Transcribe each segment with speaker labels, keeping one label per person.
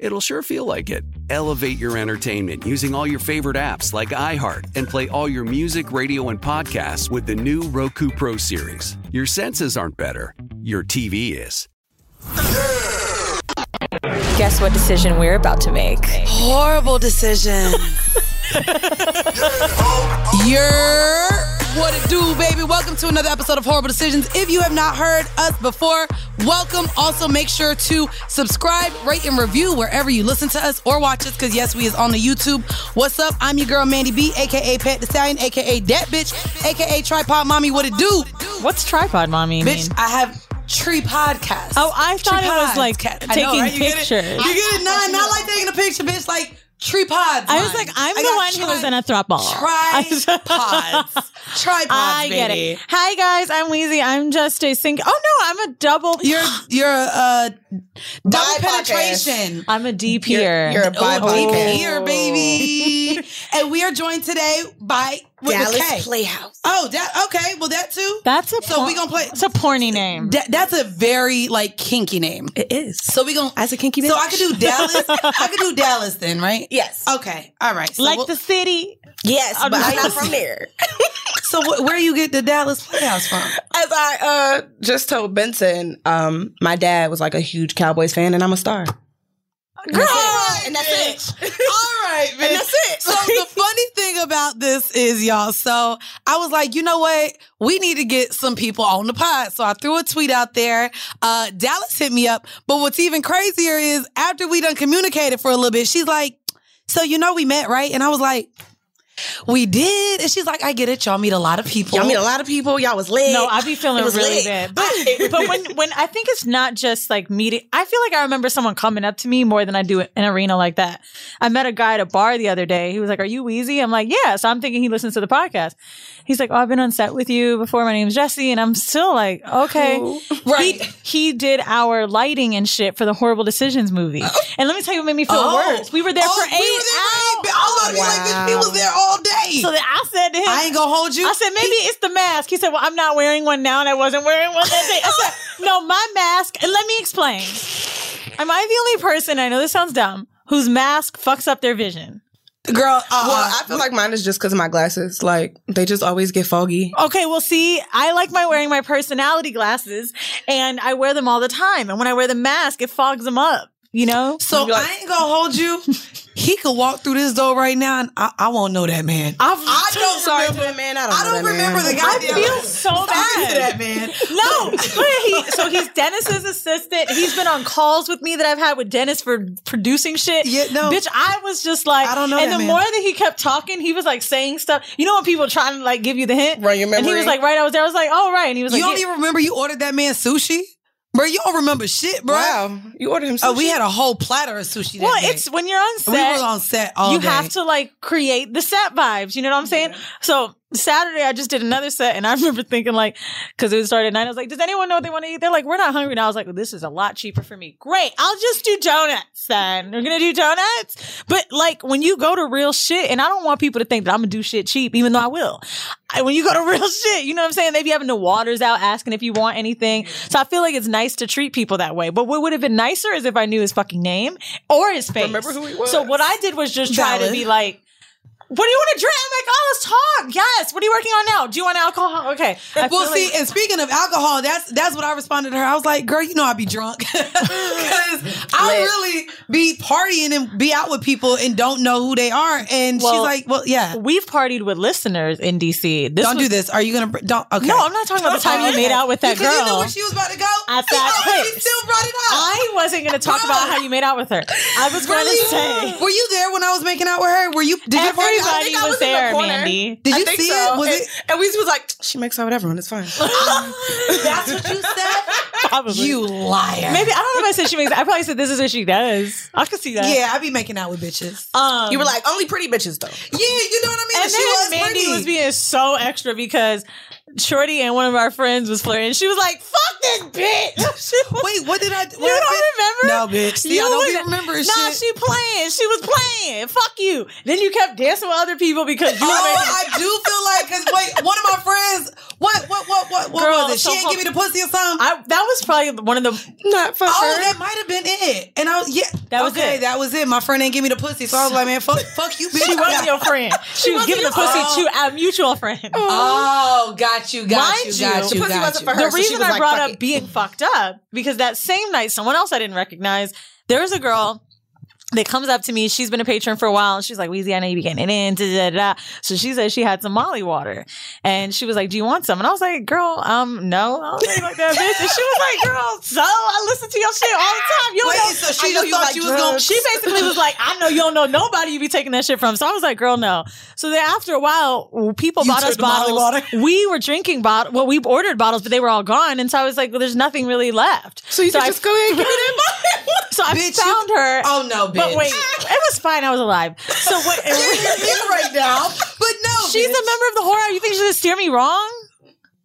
Speaker 1: it'll sure feel like it. Elevate your entertainment using all your favorite apps like iHeart and play all your music, radio, and podcasts with the new Roku Pro Series. Your senses aren't better, your TV is.
Speaker 2: Guess what decision we're about to make?
Speaker 3: Horrible decision. You're what it do, baby. Welcome to another episode of Horrible Decisions. If you have not heard us before, welcome. Also, make sure to subscribe, rate, and review wherever you listen to us or watch us, because yes, we is on the YouTube. What's up? I'm your girl Mandy B, aka Pat the Stallion, aka Dat Bitch, aka Tripod Mommy. What it do?
Speaker 2: What's tripod mommy mean?
Speaker 3: Bitch, I have tree podcast.
Speaker 2: Oh, I thought it was
Speaker 3: Tripod.
Speaker 2: like
Speaker 3: I know,
Speaker 2: taking
Speaker 3: right? You get it?
Speaker 2: pictures.
Speaker 3: You get it? Nah, not like taking a picture, bitch. Like tree pods.
Speaker 2: I was
Speaker 3: mommy.
Speaker 2: like, I'm
Speaker 3: I
Speaker 2: the
Speaker 3: got
Speaker 2: one who was
Speaker 3: tri-
Speaker 2: in a throb ball.
Speaker 3: Tripods. Tripods,
Speaker 2: I get
Speaker 3: baby.
Speaker 2: it. Hi guys, I'm Wheezy. I'm just a sing. Oh no, I'm a double.
Speaker 3: You're you're uh double
Speaker 4: Bi-podcast.
Speaker 3: penetration.
Speaker 2: I'm a deep here.
Speaker 4: you're a bi-
Speaker 3: Oh, deep
Speaker 4: podcast.
Speaker 3: here, baby. and we are joined today by with a K.
Speaker 4: Dallas Playhouse.
Speaker 3: Oh, that okay. Well, that too.
Speaker 2: that's a.
Speaker 3: So we gonna play-
Speaker 2: It's a porny name.
Speaker 3: That- that's a very like kinky name.
Speaker 4: It is.
Speaker 3: So we gonna
Speaker 4: As a kinky
Speaker 3: So
Speaker 4: bitch.
Speaker 3: I could do Dallas. I could do Dallas then, right?
Speaker 4: Yes.
Speaker 3: Okay. All right. So
Speaker 2: like
Speaker 3: we'll-
Speaker 2: the city.
Speaker 4: Yes,
Speaker 2: I'm
Speaker 4: but I'm not
Speaker 2: just-
Speaker 4: from there.
Speaker 3: so wh- where you get the Dallas Playhouse from?
Speaker 4: As I uh, just told Benson, um, my dad was like a huge Cowboys fan, and I'm a star.
Speaker 3: Girl,
Speaker 4: and that's it.
Speaker 3: All right, bitch.
Speaker 4: And that's it.
Speaker 3: So the funny thing about this is, y'all. So I was like, you know what? We need to get some people on the pod. So I threw a tweet out there. Uh, Dallas hit me up. But what's even crazier is after we done communicated for a little bit, she's like, "So you know we met, right?" And I was like, "We did." And she's like, "I get it. Y'all meet a lot of people.
Speaker 4: Y'all meet a lot of people. Y'all was lit.
Speaker 2: No, I be feeling
Speaker 4: It was
Speaker 2: really
Speaker 4: lit.
Speaker 2: bad. But, but when, when I think it's not just like meeting, I feel like I remember someone coming up to me more than I do in an arena like that. I met a guy at a bar the other day. He was like, Are you Wheezy? I'm like, Yeah. So I'm thinking he listens to the podcast. He's like, Oh, I've been on set with you before. My name's Jesse. And I'm still like, Okay.
Speaker 3: Right.
Speaker 2: He, he did our lighting and shit for the Horrible Decisions movie. And let me tell you what made me feel worse. We were there
Speaker 3: Oh,
Speaker 2: for eight
Speaker 3: we were
Speaker 2: hours.
Speaker 3: there for eight- I was about to be like, bitch, we was there all day.
Speaker 2: So then I said to him,
Speaker 3: I ain't gonna hold you.
Speaker 2: I said, maybe it's the mask. He said, well, I'm not wearing one now, and I wasn't wearing one that day. I said, no, my mask. And let me explain. Am I the only person, I know this sounds dumb, whose mask fucks up their vision?
Speaker 3: girl. Uh,
Speaker 2: uh-uh.
Speaker 4: Well, I feel like mine is just because of my glasses. Like they just always get foggy.
Speaker 2: Okay, well, see, I like my wearing my personality glasses, and I wear them all the time. And when I wear the mask, it fogs them up, you know?
Speaker 3: So
Speaker 4: be like-
Speaker 3: I ain't gonna hold you. he could walk through this door right now, and I, I won't know that man.
Speaker 2: I've,
Speaker 3: I don't
Speaker 4: Sorry
Speaker 3: remember.
Speaker 4: to the man. I don't,
Speaker 3: I don't
Speaker 4: know that
Speaker 3: remember
Speaker 4: man.
Speaker 3: the
Speaker 2: I
Speaker 3: goddamn.
Speaker 2: feel so
Speaker 3: Sorry
Speaker 2: bad.
Speaker 3: to that man.
Speaker 2: No, but Oh, he, so he's Dennis's assistant. He's been on calls with me that I've had with Dennis for producing shit.
Speaker 3: Yeah, no.
Speaker 2: bitch, I was just like,
Speaker 3: I don't know
Speaker 2: And
Speaker 3: that
Speaker 2: the
Speaker 3: man.
Speaker 2: more that he kept talking, he was like saying stuff. You know when people try to like give you the hint,
Speaker 4: Run your
Speaker 2: And he was
Speaker 4: memory.
Speaker 2: like, right, I was there. I was like, oh right, and he was
Speaker 3: You
Speaker 2: like,
Speaker 3: don't
Speaker 2: yeah.
Speaker 3: even remember you ordered that man sushi, bro. You don't remember shit, bro.
Speaker 4: Wow, you ordered him. Sushi?
Speaker 3: Oh, we had a whole platter of sushi. That
Speaker 2: well,
Speaker 3: day.
Speaker 2: it's when you're on
Speaker 3: we
Speaker 2: set.
Speaker 3: were on set all
Speaker 2: you
Speaker 3: day.
Speaker 2: have to like create the set vibes. You know what I'm saying? So Saturday, I just did another set, and I remember thinking like, because it started at nine, I was like, "Does anyone know what they want to eat?" They're like, "We're not hungry." And I was like, well, "This is a lot cheaper for me. Great, I'll just do donuts then. We're gonna do donuts." But like when you go to real shit, and I don't want people to think that I'm gonna do shit cheap, even though I will. I, when you go to real shit, you know what I'm saying? They be having the waters out asking if you want anything. So I feel like it's nice to treat people that way. But what would have been nicer is if I knew his fucking name or his face.
Speaker 4: Remember who he was.
Speaker 2: So what I did was just try to
Speaker 3: Valid.
Speaker 2: be like. What do you want to drink? I'm like, oh, let's talk. Yes. What are you working on now? Do you want alcohol? Okay. I
Speaker 3: well,
Speaker 2: feel
Speaker 3: see,
Speaker 2: like-
Speaker 3: and speaking of alcohol, that's that's what I responded to her. I was like, "Girl, you know I be drunk because I
Speaker 4: Lit.
Speaker 3: really be partying and be out with people and don't know who they are." And she's
Speaker 2: Well-
Speaker 3: like, "Well, yeah,
Speaker 2: we've partied with listeners in DC. This
Speaker 3: don't
Speaker 2: was-
Speaker 3: do this. Are you gonna br- don't? Okay,
Speaker 2: No, I'm not talking about the time you made out with that
Speaker 3: because you knew
Speaker 2: girl.
Speaker 3: where she was about to go.
Speaker 2: I
Speaker 3: You
Speaker 2: thought
Speaker 3: know, and she
Speaker 2: quick.
Speaker 3: still brought it up.
Speaker 2: I wasn't going to talk about how you made out with her. I was going to
Speaker 3: really
Speaker 2: say
Speaker 3: were you there when I was making out with her? Were you? Did you
Speaker 2: Everybody-
Speaker 3: party? think-
Speaker 2: was there, Mandy.
Speaker 3: Did
Speaker 4: I
Speaker 3: you
Speaker 4: think
Speaker 3: see
Speaker 4: so.
Speaker 3: it? Was
Speaker 4: and,
Speaker 3: it-
Speaker 4: and we was like, she makes out with everyone. It's fine.
Speaker 3: That's what you said.
Speaker 2: probably.
Speaker 3: you liar.
Speaker 2: Maybe I don't know if I said she makes. I probably said this is what she does. I could see that.
Speaker 3: Yeah, I be making out with bitches.
Speaker 2: Um,
Speaker 4: you were like, only pretty bitches though.
Speaker 3: Yeah, you know what I mean.
Speaker 2: and
Speaker 3: she
Speaker 2: then
Speaker 3: was
Speaker 2: Mandy
Speaker 3: pretty.
Speaker 2: was being so extra because Shorty and one of our friends was flirting. She was like, "Fuck this bitch." She was-
Speaker 3: Wait, what did I?
Speaker 2: You don't remember?
Speaker 3: No, bitch. See, I don't be remembering
Speaker 2: Nah,
Speaker 3: shit.
Speaker 2: she playing. She was playing. Fuck you. Then you kept dancing with other people because you
Speaker 3: Oh,
Speaker 2: were making.
Speaker 3: I do feel like because wait, one of my friends, what, what, what, what, what
Speaker 2: Girl,
Speaker 3: was it? She
Speaker 2: so
Speaker 3: ain't
Speaker 2: hold-
Speaker 3: give me the pussy or something.
Speaker 2: I, that was probably one of the.
Speaker 4: Not for
Speaker 3: Oh,
Speaker 4: her.
Speaker 3: that might have been it. And I was yeah,
Speaker 2: That was
Speaker 3: okay,
Speaker 2: it.
Speaker 3: That was it. My friend ain't give me the pussy, so I was like, man, fuck, fuck you, bitch.
Speaker 2: She wasn't your friend. She, was
Speaker 3: wasn't
Speaker 2: giving the
Speaker 3: your-
Speaker 2: pussy
Speaker 3: Oh.
Speaker 2: to a mutual friend.
Speaker 3: Oh, got you, got
Speaker 2: Mind
Speaker 3: you,
Speaker 2: you,
Speaker 3: got
Speaker 2: the
Speaker 3: you,
Speaker 4: pussy
Speaker 3: got
Speaker 4: wasn't
Speaker 3: you.
Speaker 4: for her.
Speaker 2: the
Speaker 4: so she
Speaker 2: reason
Speaker 4: was
Speaker 2: I
Speaker 4: like,
Speaker 2: brought
Speaker 4: "Fuck
Speaker 2: up
Speaker 4: it."
Speaker 2: being fucked up because that same night, someone else I didn't recognize, there was a girl that comes up to me. She's been a patron for a while, and she's like, "Weezy, I know you be getting it in." Da, da, da. So she said she had some Molly water, and she was like, "Do you want some?" And I was like, "Girl, um, no." I was like, like that bitch, and she was like, "Girl, so I listen to your shit all the time. You don't
Speaker 3: Wait,
Speaker 2: know."
Speaker 3: so she
Speaker 2: I know
Speaker 3: just thought
Speaker 2: like
Speaker 3: you was gonna-
Speaker 2: drugs." She basically was like, "I know you don't know nobody you be taking that shit from." So I was like, "Girl, no." So then after a while, people
Speaker 3: You
Speaker 2: bought us
Speaker 3: took the Molly
Speaker 2: bottles.
Speaker 3: water?
Speaker 2: We were drinking bottles. Well, we ordered bottles, but they were all gone, and so I was like, "Well, there's nothing really left."
Speaker 4: So you could
Speaker 2: I-
Speaker 4: just go ahead and give me that
Speaker 2: so I
Speaker 3: Bitch, you-
Speaker 2: found her.
Speaker 3: Oh no, bitch.
Speaker 2: But wait, it was fine. I was alive. So what?
Speaker 3: You're right now, but no,
Speaker 2: she's a
Speaker 3: bitch.
Speaker 2: member of the horror. You think she's gonna steer me wrong?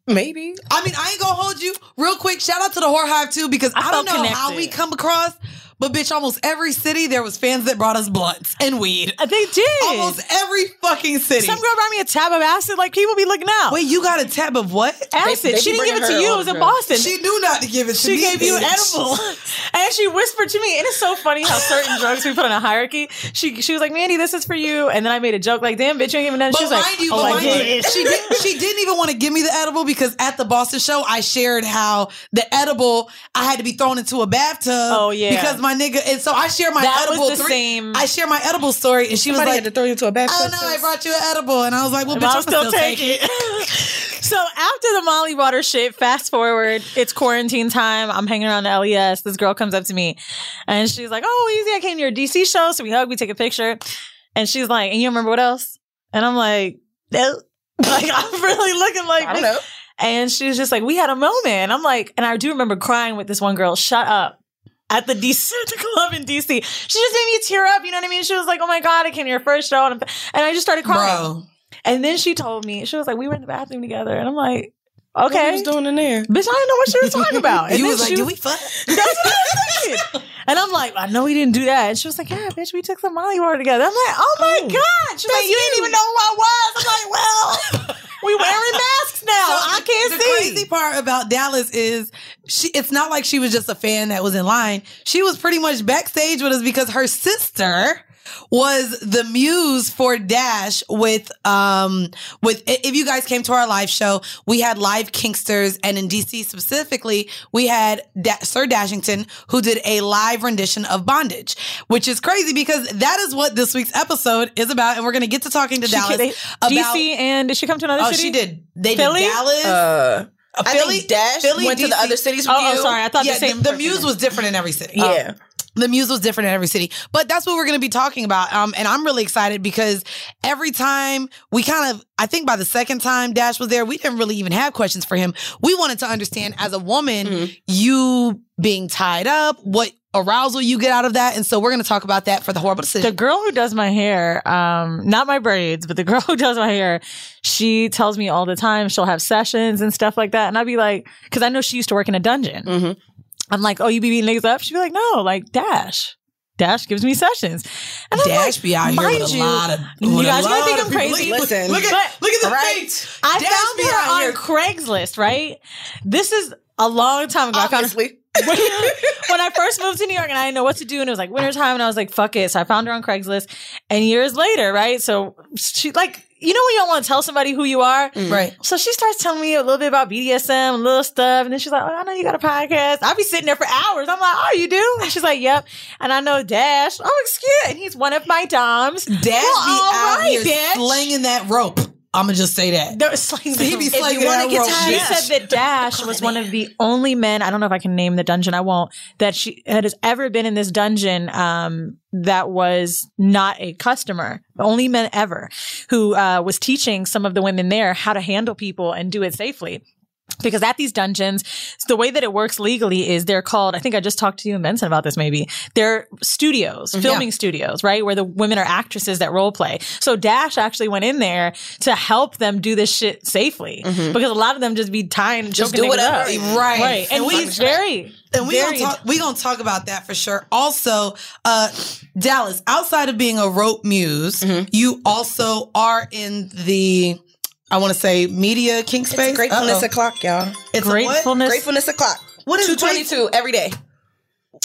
Speaker 4: money. Maybe.
Speaker 3: I mean, I ain't gonna hold you. Real quick, shout out to the whore hive too, because I, don't know
Speaker 2: felt
Speaker 3: how
Speaker 2: connected.
Speaker 3: we come across, but bitch, almost every city there was fans that brought us blunts and weed.
Speaker 2: Uh, They did.
Speaker 3: Almost every fucking city.
Speaker 2: Some girl brought me a tab of acid. Like people be looking out.
Speaker 3: Wait, you got a tab of what?
Speaker 2: acid.
Speaker 4: they be
Speaker 2: she didn't give
Speaker 4: bringing
Speaker 2: it to
Speaker 4: her
Speaker 2: you. It
Speaker 4: all
Speaker 2: was
Speaker 4: the
Speaker 2: in
Speaker 4: drugs.
Speaker 2: Boston.
Speaker 3: She knew not to give it to
Speaker 2: She
Speaker 3: me.
Speaker 2: gave you an
Speaker 3: bitch.
Speaker 2: edible. And she whispered to me, and it's so funny how certain drugs we put on a hierarchy. She she was like, Mandy, this is for you. And then I made a joke like, damn, bitch, you ain't giving nothing.
Speaker 3: But
Speaker 2: She was
Speaker 3: mind
Speaker 2: like,
Speaker 3: you,
Speaker 2: oh,
Speaker 3: but
Speaker 2: I
Speaker 3: mind you,
Speaker 2: did.
Speaker 3: she did, she didn't even want to give me the edible because at the Boston show, I shared how the edible I had to be thrown into a bathtub.
Speaker 2: Oh, yeah.
Speaker 3: because my nigga. And so I share my
Speaker 2: That was
Speaker 3: edible.
Speaker 2: the same-
Speaker 3: I share my edible story, and she was
Speaker 4: Somebody had
Speaker 3: like,
Speaker 4: to throw you into a bathtub.
Speaker 3: Oh no, I brought you an edible, and I was like, "Well,
Speaker 2: But
Speaker 3: bitch,
Speaker 2: I'll
Speaker 3: I'm
Speaker 2: still, take,
Speaker 3: it."
Speaker 2: it. so after the Molly water shit, fast forward, it's quarantine time. I'm hanging around the LES. This girl comes up to me and she's like, Oh, easy, I came to your DC show. So we hug, we take a picture. And she's like, And you remember what else? And I'm like, No. Like I'm really looking like
Speaker 4: I don't know.
Speaker 2: And she was just like, we had a moment. And I'm like, and I do remember crying with this one girl, shut up. At the DC at the club in DC. She just made me tear up, you know what I mean? She was like, Oh my God, I came to your first show. And, I'm- and I just started crying.
Speaker 3: Bro,
Speaker 2: And then she told me, she was like, We were in the bathroom together. And I'm like,
Speaker 4: What you
Speaker 2: Okay.
Speaker 4: was doing in there?
Speaker 2: Bitch, I didn't know what she was talking about. And
Speaker 3: you
Speaker 2: then
Speaker 3: was like,
Speaker 2: she
Speaker 3: "Do we fuck?"
Speaker 2: That's what I was thinking. And I'm like, I know we didn't do that. And she was like, Yeah, bitch, we took some Molly water together. I'm like, Oh my God. She's like, You didn't even know who I was. I'm like, Well, we wearing masks now. I can't
Speaker 3: the
Speaker 2: see.
Speaker 3: crazy part about Dallas is she. It's not like she was just a fan that was in line. She was pretty much backstage with us because her sister was the muse for Dash with um with i- if you guys came to our live show, we had live Kinksters and in DC specifically, we had da- Sir Dashington who did a live rendition of Bondage, which is crazy because that is what this week's episode is about and we're going to get to talking to
Speaker 2: She
Speaker 3: Dallas
Speaker 2: ca- they-
Speaker 3: about
Speaker 2: DC and did she come to another
Speaker 3: Oh,
Speaker 2: city?
Speaker 3: she did. They
Speaker 2: Philly?
Speaker 3: did Dallas.
Speaker 4: Uh,
Speaker 3: Uh,
Speaker 4: I
Speaker 3: Philly-
Speaker 4: think Dash
Speaker 3: Philly,
Speaker 4: went to the
Speaker 3: DC.
Speaker 4: other cities with
Speaker 2: Oh,
Speaker 4: you.
Speaker 2: oh, sorry. I thought
Speaker 3: yeah,
Speaker 2: the same.
Speaker 3: the, the
Speaker 2: person.
Speaker 3: muse was different in every city.
Speaker 4: Yeah.
Speaker 3: Um, the muse was different in every city, but that's what we're going to be talking about. Um, and I'm really excited because every time we kind of, I think by the second time Dash was there, we didn't really even have
Speaker 2: Mm-hmm.
Speaker 3: questions for him. We wanted to understand as a woman, you being tied up, what arousal you get out of that. And so we're going to talk about that for the horrible
Speaker 2: The
Speaker 3: decision.
Speaker 2: girl who does my hair, um, not my braids, but the girl who does my hair, she tells me all the time she'll have sessions and stuff like that. And I'd be like, because I know she used to work in a dungeon.
Speaker 3: Mm-hmm.
Speaker 2: I'm like, oh, you be beating niggas up? She'd be like, no, like Dash. Dash gives me sessions. And I'm
Speaker 3: Dash
Speaker 2: like,
Speaker 3: be out here
Speaker 2: mind
Speaker 3: with a
Speaker 2: you,
Speaker 3: lot of.
Speaker 2: You
Speaker 3: with a
Speaker 2: guys might
Speaker 3: lot
Speaker 2: think
Speaker 3: of
Speaker 2: I'm
Speaker 3: people.
Speaker 2: crazy.
Speaker 3: Look,
Speaker 4: Listen,
Speaker 3: look at look at the
Speaker 4: right?
Speaker 3: face.
Speaker 2: I
Speaker 3: Dash be out
Speaker 2: found her
Speaker 3: here
Speaker 2: on Craigslist, right? This is a long time ago. I found her-
Speaker 4: Obviously.
Speaker 2: when, when I first moved to New York and I didn't know what to do, and it was like wintertime, and I was like, fuck it. So I found her on Craigslist. And years later, right? So she, like, you know, when you don't want to tell somebody who you are?
Speaker 3: Right.
Speaker 2: So she starts telling me a little bit about BDSM, a little stuff. And then she's like, oh, I know you got a podcast. I'll be sitting there for hours. I'm like, oh, you do? And she's like, yep. And I know Dash. Oh, excuse. And he's one of my Doms.
Speaker 3: Dash be out here
Speaker 2: bitch.
Speaker 3: slinging that rope. I'm gonna just say that.
Speaker 2: There was like,
Speaker 3: He be
Speaker 2: if you
Speaker 3: slinging
Speaker 2: wanna
Speaker 3: that
Speaker 2: get
Speaker 3: rope,
Speaker 2: tired,
Speaker 3: bitch.
Speaker 2: She said that Dash was one of the only men. I don't know if I can name the dungeon. I won't. That she that has ever been in this dungeon. Um, that was not a customer. The only men ever who uh, was teaching some of the women there how to handle people and do it safely. Because at these dungeons, the way that it works legally is they're called, I think I just talked to you and Benson about this maybe. They're studios, filming studios, right? Where the women are actresses that role play. So Dash actually went in there to help them do this shit safely. Because a lot of them just be tying and
Speaker 4: Just
Speaker 2: choking
Speaker 4: do
Speaker 2: niggas
Speaker 4: it up.
Speaker 2: up.
Speaker 3: Right.
Speaker 2: Right. And,
Speaker 3: And we-
Speaker 2: he's very,
Speaker 3: and we gonna
Speaker 2: very-
Speaker 3: talk, we gonna talk about that for sure. Also, uh, Dallas, outside of being a rope muse,
Speaker 4: Mm-hmm.
Speaker 3: you also are in the I want to say media kink space.
Speaker 4: Gratefulness
Speaker 3: Uh-oh.
Speaker 4: o'clock, y'all.
Speaker 3: It's a what?
Speaker 2: Gratefulness.
Speaker 4: Gratefulness o'clock.
Speaker 3: What is
Speaker 4: two twenty two every day?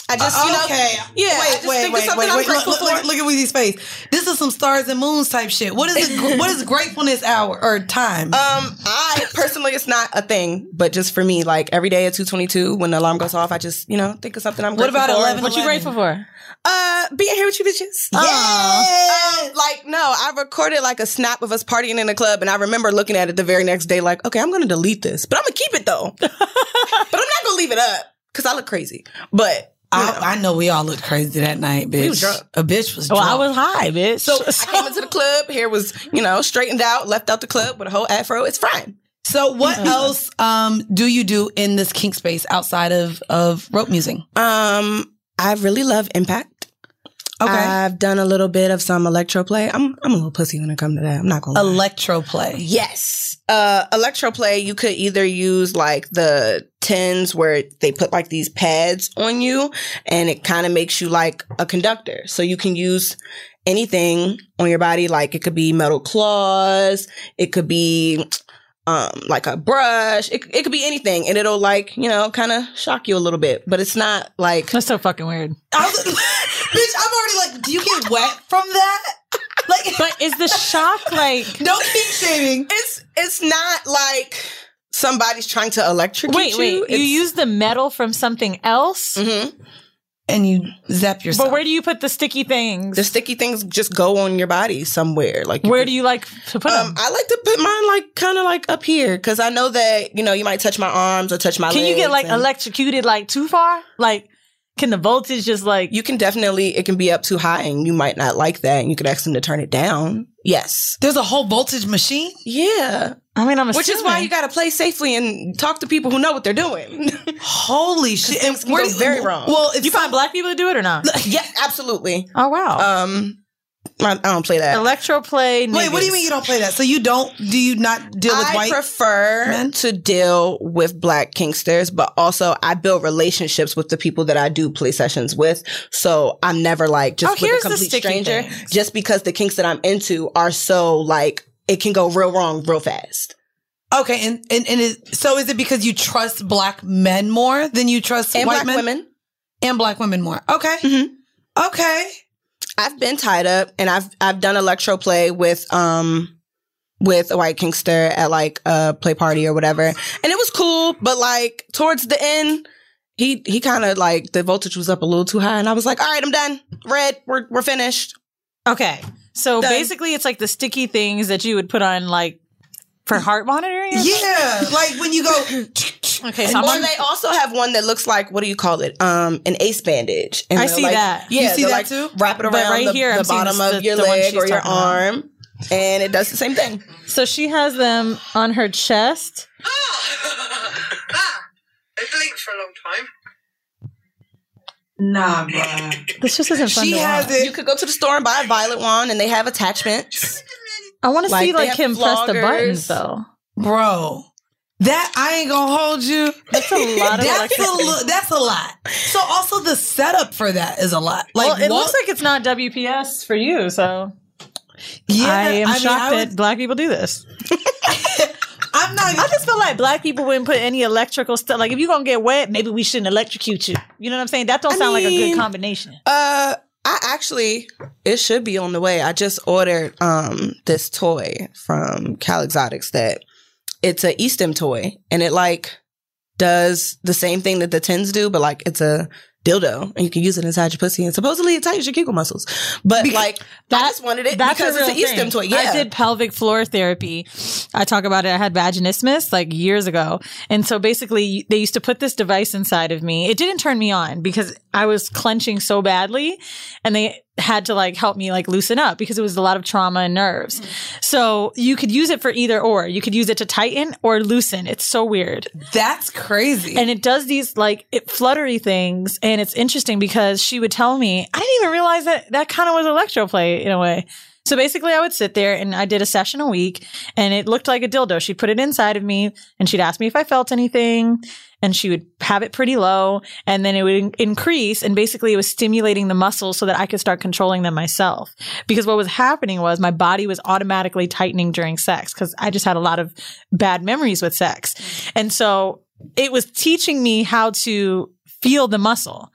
Speaker 4: I just you know
Speaker 3: okay.
Speaker 4: yeah. I
Speaker 3: Wait,
Speaker 4: just
Speaker 3: wait,
Speaker 4: think
Speaker 3: wait,
Speaker 4: of something
Speaker 3: wait,
Speaker 4: I'm
Speaker 3: wait. Look,
Speaker 4: grateful
Speaker 3: look, look,
Speaker 4: for.
Speaker 3: look at Weezy's face. This is some stars and moons type shit. What is it? what is gratefulness hour or time?
Speaker 4: Um, I personally, it's not a thing, but just for me, like every day at two twenty two, when the alarm goes off, I just you know think of something I'm.
Speaker 3: What
Speaker 4: grateful
Speaker 3: about
Speaker 4: for.
Speaker 3: 11?
Speaker 2: what you grateful for?
Speaker 4: Uh, being here with you bitches.
Speaker 3: Aw.
Speaker 4: Um, like no, I recorded like a snap of us partying in the club, and I remember looking at it the very next day, like, okay, I'm gonna delete this, but I'm gonna keep it though. but I'm not gonna leave it up because I look crazy. But
Speaker 3: I, I know we all looked crazy that night, bitch.
Speaker 4: were drunk.
Speaker 3: A bitch was
Speaker 2: Well,
Speaker 3: drunk.
Speaker 2: Oh, I was high, bitch.
Speaker 4: so I came into the club, hair was you know straightened out, left out the club with a whole afro. It's fine.
Speaker 3: So what else um, do you do in this kink space outside of of rope musing?
Speaker 4: Um, I really love impact.
Speaker 3: Okay.
Speaker 4: I've done a little bit of some electro play. I'm I'm a little pussy when it comes to that. I'm not gonna. lie.
Speaker 3: Electro play.
Speaker 4: yes, uh, electro play. You could either use like the tins where they put like these pads on you, and it kind of makes you like a conductor. So you can use anything on your body. Like it could be metal claws. It could be. Um, like a brush, it, it could be anything, and it'll like you know kind of shock you a little bit, but it's not like
Speaker 2: That's so fucking weird.
Speaker 3: I was, bitch, I'm already like, do you get wet from that? Like,
Speaker 2: But is the shock like,
Speaker 3: no kink shaming.
Speaker 4: It's it's not like somebody's trying to electrocute
Speaker 2: wait, wait,
Speaker 4: you.
Speaker 2: you use the metal from something else?
Speaker 4: mm-hmm.
Speaker 3: And you zap yourself.
Speaker 2: But where do you put the sticky things?
Speaker 4: the sticky things just go on your body somewhere. Like
Speaker 2: Where do you like to put
Speaker 4: Um,
Speaker 2: them?
Speaker 4: I like to put mine like kind of like up here because I know that you know you might touch my arms or touch my.
Speaker 2: Can you get like
Speaker 4: legs and-
Speaker 2: electrocuted like too far? Like, can the voltage just like
Speaker 4: You can definitely it can be up too high and you might not like that and you could ask them to turn it down. Yes.
Speaker 3: There's a whole voltage machine.
Speaker 4: Yeah.
Speaker 2: I mean, I'm
Speaker 4: Which is why you
Speaker 2: got.
Speaker 4: got to play safely and talk to people who know what they're doing.
Speaker 3: Holy shit! And
Speaker 4: can go
Speaker 3: do-
Speaker 4: very wrong.
Speaker 3: Well, if
Speaker 2: You find black people to do it or not?
Speaker 4: yeah, absolutely.
Speaker 2: Oh wow!
Speaker 4: Um, I, I don't play that.
Speaker 2: Electro play.
Speaker 3: wait, what do you mean you don't play that? So you don't? Do you not deal with
Speaker 4: I
Speaker 3: white?
Speaker 4: prefer
Speaker 3: men?
Speaker 4: to deal with black kinksters, but also I build relationships with the people that I do play sessions with. So I'm never like just
Speaker 2: Oh,
Speaker 4: with
Speaker 2: here's
Speaker 4: a
Speaker 2: the
Speaker 4: complete
Speaker 2: sticky
Speaker 4: stranger,
Speaker 2: things.
Speaker 4: just because the kinks that I'm into are so like it can go real wrong real fast.
Speaker 3: okay, and and, and is, so is it because you trust black men more than you trust
Speaker 4: And
Speaker 3: white
Speaker 4: black
Speaker 3: men
Speaker 4: women, Mm-hmm.
Speaker 3: and black women more? Okay, okay.
Speaker 4: I've been tied up, and I've I've done electro play with um. With a white kinkster at like a play party or whatever, and it was cool. But like towards the end, he he kind of like the voltage was up a little too high, and I was like, "All right, I'm done. Red, we're we're finished."
Speaker 2: Okay, so
Speaker 4: Done.
Speaker 2: basically, it's like the sticky things that you would put on like for heart monitoring.
Speaker 3: Yeah, like when you go.
Speaker 2: Okay, so I'm
Speaker 4: Or
Speaker 2: on-
Speaker 4: they also have one that looks like what do you call it? Um, an ace bandage. And
Speaker 2: I
Speaker 4: they're
Speaker 2: see
Speaker 4: like-
Speaker 2: that.
Speaker 4: Yeah,
Speaker 3: You see
Speaker 4: they're
Speaker 3: that
Speaker 4: like
Speaker 3: too?
Speaker 4: Wrap it
Speaker 2: But
Speaker 4: around
Speaker 2: right
Speaker 4: the,
Speaker 2: here,
Speaker 4: the
Speaker 2: I'm seeing
Speaker 4: bottom
Speaker 2: this-
Speaker 4: of
Speaker 2: the-
Speaker 4: your
Speaker 2: the one
Speaker 4: leg
Speaker 2: she's
Speaker 4: or your
Speaker 2: talking about.
Speaker 4: arm, and it does the same thing.
Speaker 2: so she has them on her chest.
Speaker 5: Ah, ah, it blinked for a long time.
Speaker 3: Nah, bruh.
Speaker 2: This just isn't fun.
Speaker 3: She
Speaker 2: to
Speaker 3: has
Speaker 2: watch.
Speaker 3: it.
Speaker 4: You could go to the store and buy a violet wand, and they have attachments.
Speaker 2: I want to
Speaker 4: Like,
Speaker 2: see
Speaker 4: they
Speaker 2: like
Speaker 4: have
Speaker 2: him press the buttons
Speaker 4: vloggers.
Speaker 2: though.
Speaker 3: Bro, that I ain't gonna hold you.
Speaker 2: That's a lot of
Speaker 3: that's a
Speaker 2: electricity.
Speaker 3: lo- that's a lot. So also the setup for that is a lot. Like
Speaker 2: well, it
Speaker 3: what-
Speaker 2: looks like it's not WPS for you, so
Speaker 3: yeah,
Speaker 2: I am
Speaker 3: mean,
Speaker 2: shocked
Speaker 3: I would-
Speaker 2: that black people do this.
Speaker 3: I'm not.
Speaker 2: I just feel like black people wouldn't put any electrical stuff. Like if you're gonna get wet, maybe we shouldn't electrocute you. You know what I'm saying? That don't
Speaker 4: I
Speaker 2: sound like a good
Speaker 4: mean-
Speaker 2: combination.
Speaker 4: Uh, I actually, it should be on the way. I just ordered um this toy from Cal Exotics that it's a Eastem toy, and it like does the same thing that the tins do, but like it's a dildo, and you can use it inside your pussy, and supposedly it tightens your Kegel muscles. But like, I just wanted it because
Speaker 2: a
Speaker 4: it's an
Speaker 2: real
Speaker 4: Eastem
Speaker 2: thing.
Speaker 4: toy. Yeah,
Speaker 2: I did pelvic floor therapy. I talk about it. I had vaginismus like years ago. And so basically, they used to put this device inside of me. It didn't turn me on because I was clenching so badly and they had to like help me like loosen up because it was a lot of trauma and nerves. So you could use it for either or. You could use it to tighten or loosen. It's so weird.
Speaker 3: that's crazy.
Speaker 2: And it does these like it fluttery things. And it's interesting because she would tell me, I didn't even realize that that kind of was electroplay in a way. So basically, I would sit there and I did a session a week and it looked like a dildo. She'd put it inside of me and she'd ask me if I felt anything and she would have it pretty low and then it would in- increase. And basically, it was stimulating the muscles so that I could start controlling them myself. Because what was happening was my body was automatically tightening during sex because I just had a lot of bad memories with sex. And so it was teaching me how to feel the muscle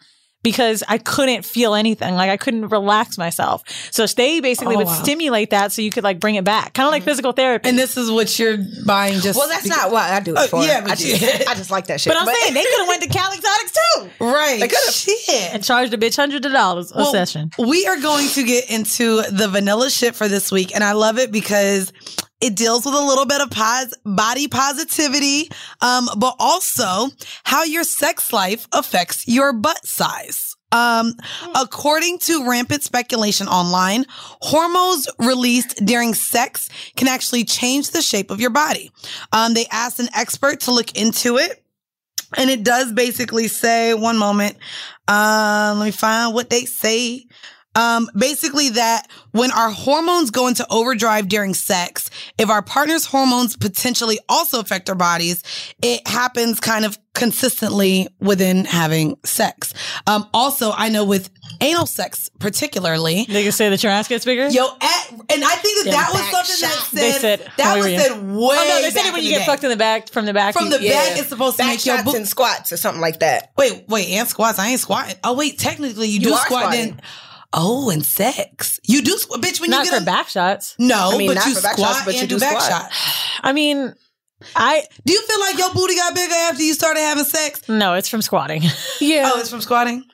Speaker 2: because I couldn't feel anything. Like I couldn't relax myself. So they basically
Speaker 3: Oh,
Speaker 2: would
Speaker 3: wow.
Speaker 2: stimulate that so you could like bring it back, kind of like physical therapy.
Speaker 3: And this is what you're buying. Just
Speaker 4: Well, that's not what I do it
Speaker 3: Oh,
Speaker 4: for.
Speaker 3: yeah, but
Speaker 4: I
Speaker 3: you-
Speaker 4: just, I just like that shit.
Speaker 2: but I'm saying they could have went to Cal Exotics too
Speaker 3: right.
Speaker 4: They could've-
Speaker 3: Shit.
Speaker 2: and charged a bitch hundred dollars a
Speaker 3: Well,
Speaker 2: session.
Speaker 3: We are going to get into the vanilla shit for this week, and I love it because it deals with a little bit of pos- body positivity, um, but also how your sex life affects your butt size. Um, according to rampant speculation online, hormones released during sex can actually change the shape of your body. Um, they asked an expert to look into it. And it does basically say, one moment, um, let me find what they say. Um, basically that when our hormones go into overdrive during sex, if our partner's hormones potentially also affect our bodies, it happens kind of consistently within having sex. Um, also, I know with anal sex particularly,
Speaker 2: They could say that your ass gets bigger.
Speaker 3: Yo, at, and I think that
Speaker 2: Yeah.
Speaker 3: that was
Speaker 4: Back
Speaker 3: something
Speaker 4: shot.
Speaker 3: that said,
Speaker 2: They said-
Speaker 3: that
Speaker 2: oh,
Speaker 3: was
Speaker 2: yeah.
Speaker 3: said way.
Speaker 2: Oh no, they said
Speaker 3: back
Speaker 2: it when
Speaker 3: in
Speaker 2: you
Speaker 3: the
Speaker 2: get
Speaker 3: day.
Speaker 2: fucked in the back from the back.
Speaker 3: From
Speaker 2: you-
Speaker 3: the
Speaker 2: yeah.
Speaker 3: back, it's supposed to
Speaker 4: back
Speaker 3: make your
Speaker 4: shots
Speaker 3: boob.
Speaker 4: and squats or something like that.
Speaker 3: wait, wait, and squats. I ain't squatting. Oh wait, technically you,
Speaker 4: You
Speaker 3: do
Speaker 4: are
Speaker 3: squat
Speaker 4: squatting.
Speaker 3: then. Oh, and sex. You do, squ- bitch. When
Speaker 2: not
Speaker 3: you get
Speaker 2: for
Speaker 3: a,
Speaker 2: back shots.
Speaker 3: No,
Speaker 4: I mean,
Speaker 3: but
Speaker 4: not
Speaker 3: you
Speaker 4: for back
Speaker 3: squat
Speaker 4: shots, but
Speaker 3: and
Speaker 4: you
Speaker 3: do
Speaker 4: do
Speaker 3: back
Speaker 4: squat.
Speaker 3: shots.
Speaker 2: I mean, I
Speaker 3: Do you feel like your booty got bigger after you started having sex?
Speaker 2: no, it's from squatting.
Speaker 4: Yeah.
Speaker 3: Oh, it's from squatting.
Speaker 4: Um,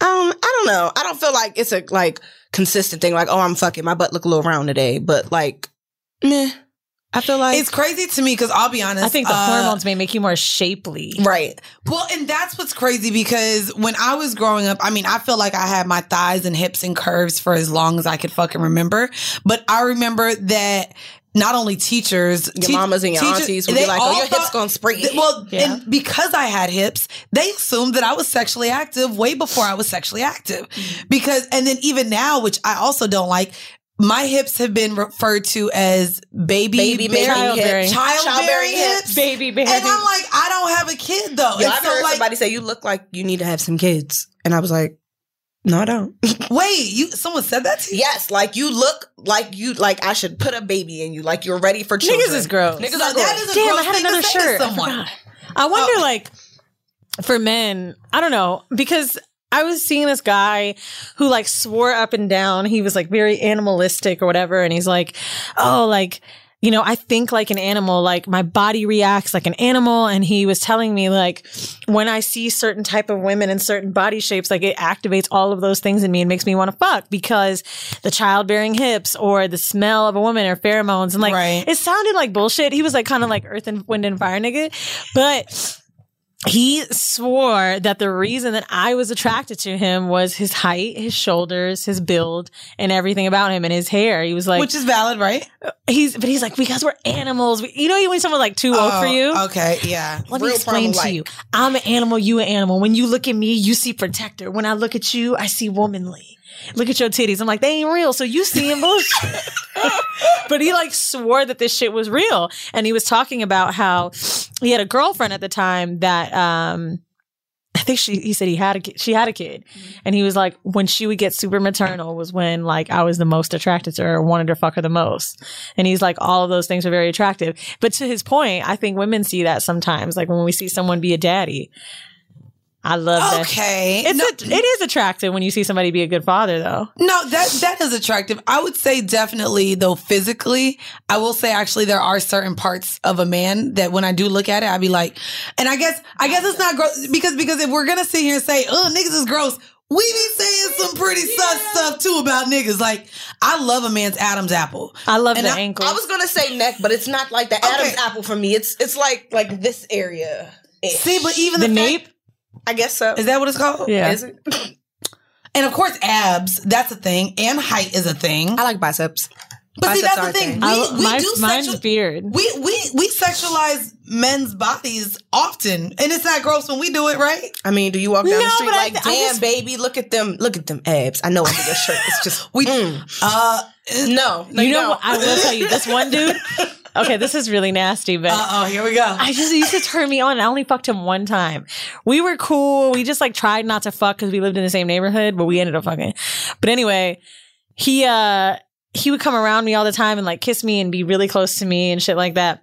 Speaker 4: I don't know. I don't feel like it's a like consistent thing. Like, oh, I'm fucking my butt look a little round today, but like, meh. I feel like
Speaker 3: It's crazy to me because I'll be honest.
Speaker 2: I think the
Speaker 3: uh,
Speaker 2: hormones may make you more shapely.
Speaker 4: right.
Speaker 3: Well, and that's what's crazy because when I was growing up, I mean, I feel like I had my thighs and hips and curves for as long as I could fucking remember. But I remember that not only teachers,
Speaker 4: Your mamas and your aunties would be
Speaker 3: they
Speaker 4: like, "Oh,
Speaker 3: all
Speaker 4: your hips
Speaker 3: thought-
Speaker 4: gonna spring."
Speaker 3: Th- Well,
Speaker 2: Yeah.
Speaker 3: and because I had hips, they assumed that I was sexually active way before I was sexually active.
Speaker 2: Mm-hmm.
Speaker 3: Because, and then even now, which I also don't like, my hips have been referred to as baby,
Speaker 4: Baby
Speaker 3: bear-
Speaker 4: making
Speaker 2: Childbearing.
Speaker 4: hips.
Speaker 3: childbearing hips.
Speaker 2: Baby bear.
Speaker 3: And I'm like, I don't have a kid though.
Speaker 4: Yo,
Speaker 3: And
Speaker 4: I've
Speaker 3: so,
Speaker 4: heard
Speaker 3: like,
Speaker 4: somebody say you look like you need to have some kids, and I was like, no, I don't.
Speaker 3: Wait, you someone said that to you?
Speaker 4: yes, like you look like you like I should put a baby in you, like you're ready for children.
Speaker 2: Niggas is gross.
Speaker 4: Niggas
Speaker 3: So
Speaker 4: are
Speaker 3: that
Speaker 4: gross.
Speaker 3: is a
Speaker 2: Damn,
Speaker 3: gross
Speaker 2: I had
Speaker 3: thing to
Speaker 2: another
Speaker 3: say to
Speaker 2: shirt. I
Speaker 3: someone.
Speaker 2: forgot. I wonder,
Speaker 3: Oh.
Speaker 2: like, for men, I don't know, because I was seeing this guy who, like, swore up and down. He was, like, very animalistic or whatever. And he's like, oh, like, you know, I think like an animal, like my body reacts like an animal. And he was telling me like when I see certain type of women and certain body shapes, like it activates all of those things in me and makes me want to fuck because the childbearing hips or the smell of a woman or pheromones. And like,
Speaker 3: Right.
Speaker 2: it sounded like bullshit. He was like kind of like earth and wind and fire nigga, but
Speaker 3: he swore that the reason that I was attracted to him was his height, his shoulders, his build, and everything about him and his hair. He was like,
Speaker 4: Which is valid, right?
Speaker 3: he's, but he's like, because we're animals. We, you know, when someone's like too old for
Speaker 4: Oh,
Speaker 3: you.
Speaker 4: Okay, yeah.
Speaker 3: Let
Speaker 2: Real
Speaker 3: me explain to
Speaker 2: Parma-like.
Speaker 3: you. I'm an animal, you an animal. When you look at me, you see protector. When I look at you, I see womanly. Look at your titties. I'm like, they ain't real. So you seeing bullshit. but he like swore that this shit was real. And he was talking about how he had a girlfriend at the time that um I think she he said he had a kid, she had a kid. And he was like, when she would get super maternal was when like I was the most attracted to her, wanted to fuck her the most. And he's like, all of those things are very attractive. But to his point, I think women see that sometimes. Like when we see someone be a daddy. I love that.
Speaker 4: Okay.
Speaker 3: It's
Speaker 4: No-
Speaker 3: a, it is attractive when you see somebody be a good father though.
Speaker 4: No, that that is attractive. I would say definitely though physically, I will say actually there are certain parts of a man that when I do look at it, I'd be like, and I guess I guess it's not gross because because if we're gonna sit here and say, oh niggas is gross, we be saying some pretty sus stuff too about niggas. Like I love a man's Adam's apple.
Speaker 3: I love
Speaker 4: And
Speaker 3: the
Speaker 4: I-
Speaker 3: ankles.
Speaker 2: I was gonna say neck, but it's not like the Adam's apple for me. It's it's like like this area.
Speaker 4: See, but even
Speaker 3: the
Speaker 4: the, fact-
Speaker 3: nape.
Speaker 2: I guess so.
Speaker 4: is that what it's called?
Speaker 3: Yeah.
Speaker 2: Is it?
Speaker 4: And of course, abs. That's a thing, and height is a thing.
Speaker 2: I like biceps.
Speaker 4: But see,
Speaker 2: biceps
Speaker 4: that's
Speaker 2: are
Speaker 4: the
Speaker 2: a
Speaker 4: thing.
Speaker 2: thing.
Speaker 4: We,
Speaker 3: I-
Speaker 4: we
Speaker 3: my-
Speaker 4: do
Speaker 3: mine's
Speaker 4: sexual-
Speaker 3: beard.
Speaker 4: We we we sexualize men's bodies often, and it's not gross when we do it, right?
Speaker 2: I mean, do you walk down
Speaker 3: No,
Speaker 2: the street
Speaker 3: but I
Speaker 2: like,
Speaker 3: th- I
Speaker 2: damn,
Speaker 3: just-
Speaker 2: baby, look at them, look at them abs. I know I need a shirt. It's just mm.
Speaker 4: We uh
Speaker 2: no, no,
Speaker 3: you know
Speaker 2: don't.
Speaker 3: what? I will tell you, this one dude. Okay, this is really nasty, but
Speaker 4: uh oh, here we go.
Speaker 3: I just he used to turn me on. I only fucked him one time. We were cool. We just like tried not to fuck because we lived in the same neighborhood, but we ended up fucking. But anyway, he uh he would come around me all the time and like kiss me and be really close to me and shit like that.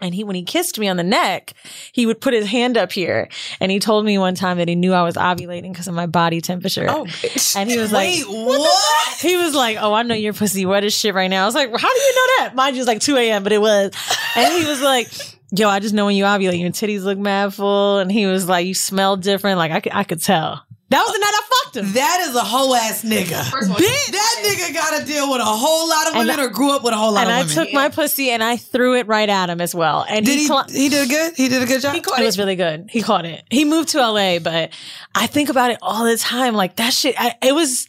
Speaker 3: And he when he kissed me on the neck, he would put his hand up here and he told me one time that he knew I was ovulating because of my body temperature.
Speaker 2: Oh, bitch.
Speaker 3: And he was like,
Speaker 4: Wait, what?
Speaker 3: he was like, "Oh, I know your pussy wet as shit right now." I was like, "How do you know that?" Mind you, it's like two a.m., but it was. And he was like, "Yo, I just know when you ovulate, your titties look mad full." And he was like, "You smell different." Like I could, I could tell. That was the night I fucked him.
Speaker 4: That is a whole ass nigga. Bitch, that nigga got to deal with a whole lot of
Speaker 3: And
Speaker 4: women,
Speaker 3: I-
Speaker 4: or grew up with a whole lot
Speaker 3: and
Speaker 4: of
Speaker 3: I
Speaker 4: women.
Speaker 3: took my pussy and I threw it right at him as well. And
Speaker 4: Did
Speaker 3: he,
Speaker 4: he?
Speaker 3: cla-
Speaker 4: he did good. He did a good job.
Speaker 3: it was really good. He caught it. He moved to LA, but I think about it all the time. Like that shit. I, it was.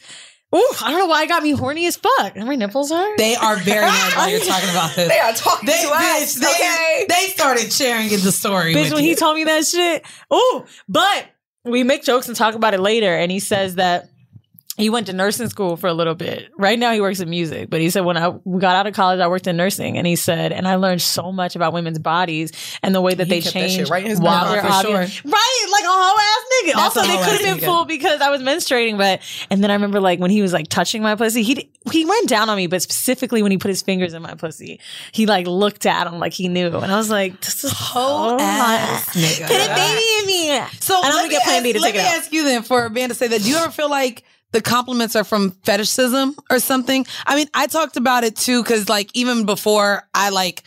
Speaker 3: Ooh, I don't know why it got me horny as fuck. And my nipples are.
Speaker 4: They are very mad while you're talking about this.
Speaker 2: they are talking
Speaker 4: They,
Speaker 2: to
Speaker 4: bitch,
Speaker 2: us.
Speaker 4: they,
Speaker 2: okay.
Speaker 4: they started sharing the story.
Speaker 3: bitch
Speaker 4: with
Speaker 3: when
Speaker 4: you.
Speaker 3: he told me that shit. Ooh, but we make jokes and talk about it later. And he says that he went to nursing school for a little bit. Right now he works in music, but he said when I got out of college, I worked in nursing. And he said, and I learned so much about women's bodies and the way that
Speaker 2: He
Speaker 3: they
Speaker 2: kept that shit
Speaker 3: change
Speaker 2: right in his
Speaker 3: while
Speaker 2: back
Speaker 3: they're
Speaker 4: pocket, for
Speaker 3: ovulating. Right, like a whole ass nigga.
Speaker 4: That's
Speaker 3: also,
Speaker 4: a
Speaker 3: they
Speaker 4: whole
Speaker 3: could have
Speaker 4: ass
Speaker 3: been
Speaker 4: nigga.
Speaker 3: full because I was menstruating. But and then I remember like when he was like touching my pussy, he d- he went down on me, but specifically when he put his fingers in my pussy, he like looked at him like he knew, and I was like, this is
Speaker 4: whole
Speaker 3: so
Speaker 4: ass
Speaker 3: my-
Speaker 4: nigga.
Speaker 3: Put a baby in me.
Speaker 4: So
Speaker 3: and I'm
Speaker 4: let
Speaker 3: gonna
Speaker 4: me
Speaker 3: get Plan B
Speaker 4: ask-
Speaker 3: to
Speaker 4: let
Speaker 3: take it
Speaker 4: me
Speaker 3: out.
Speaker 4: ask you then, for a band to say that, do you ever feel like the compliments are from fetishism or something? I mean, I talked about it too, because like even before I like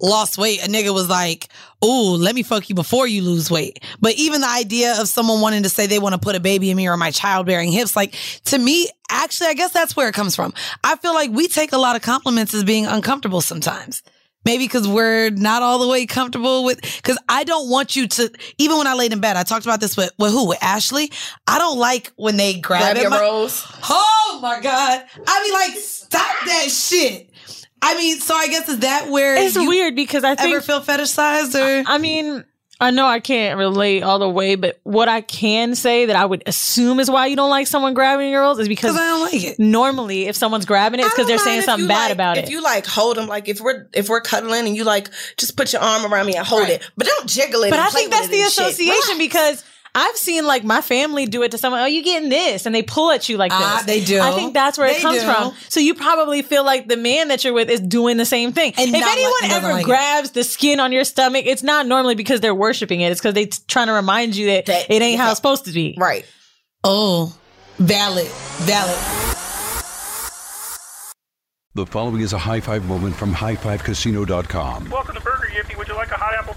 Speaker 4: lost weight, a nigga was like, "Ooh, let me fuck you before you lose weight." But even the idea of someone wanting to say they want to put a baby in me or my childbearing hips, like to me, actually, I guess that's where it comes from. I feel like we take a lot of compliments as being uncomfortable sometimes. Maybe because we're not all the way comfortable with, because I don't want you to, even when I laid in bed, I talked about this with, with who? With Ashley? I don't like when they grab,
Speaker 2: Grab
Speaker 4: at
Speaker 2: your
Speaker 4: my-
Speaker 2: rolls.
Speaker 4: Oh my God. I be like, stop that shit. I mean, so I guess is that where
Speaker 3: It's
Speaker 4: you
Speaker 3: weird because I
Speaker 4: ever
Speaker 3: think
Speaker 4: feel fetishized or?
Speaker 3: I mean, I know I can't relate all the way, but what I can say that I would assume is why you don't like someone grabbing your rolls is because
Speaker 4: Because I don't like it.
Speaker 3: normally if someone's grabbing it, it's
Speaker 2: I don't
Speaker 3: because they're
Speaker 2: mind
Speaker 3: saying
Speaker 2: if
Speaker 3: something
Speaker 2: you,
Speaker 3: bad
Speaker 2: like-
Speaker 3: about
Speaker 2: If
Speaker 3: it.
Speaker 2: you like hold them, like if we're if we're cuddling and you like just put your arm around me and hold it, but don't jiggle it.
Speaker 3: But
Speaker 2: and
Speaker 3: I
Speaker 2: play
Speaker 3: think
Speaker 2: with
Speaker 3: that's
Speaker 2: it
Speaker 3: the
Speaker 2: and shit.
Speaker 3: association because. I've seen like my family do it to someone. Oh, you getting this? And they pull at you like this.
Speaker 4: Ah, they do.
Speaker 3: I think that's where
Speaker 4: They
Speaker 3: it comes
Speaker 4: do.
Speaker 3: from. So you probably feel like the man that you're with is doing the same thing.
Speaker 4: And
Speaker 3: if
Speaker 4: not like-
Speaker 3: anyone
Speaker 4: doesn't
Speaker 3: ever
Speaker 4: like it.
Speaker 3: grabs the skin on your stomach, it's not normally because they're worshiping it. It's because they t- trying to remind you that,
Speaker 2: That-
Speaker 3: it ain't how
Speaker 2: that-
Speaker 3: it's supposed to be.
Speaker 2: Right.
Speaker 4: Oh, valid, valid.
Speaker 6: The following is a high five moment from highfivecasino.com.
Speaker 7: Welcome to Burger Yippee. Would you like a a hot apple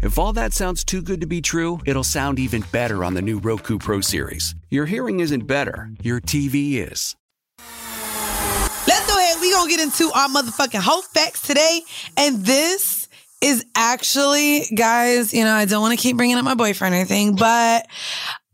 Speaker 1: If all that sounds too good to be true, it'll sound even better on the new Roku Pro Series. Your hearing isn't better, your TV is.
Speaker 3: Let's go ahead. We gonna get into our motherfucking whole facts today, and this is actually, guys. You know, I don't want to keep bringing up my boyfriend or anything, but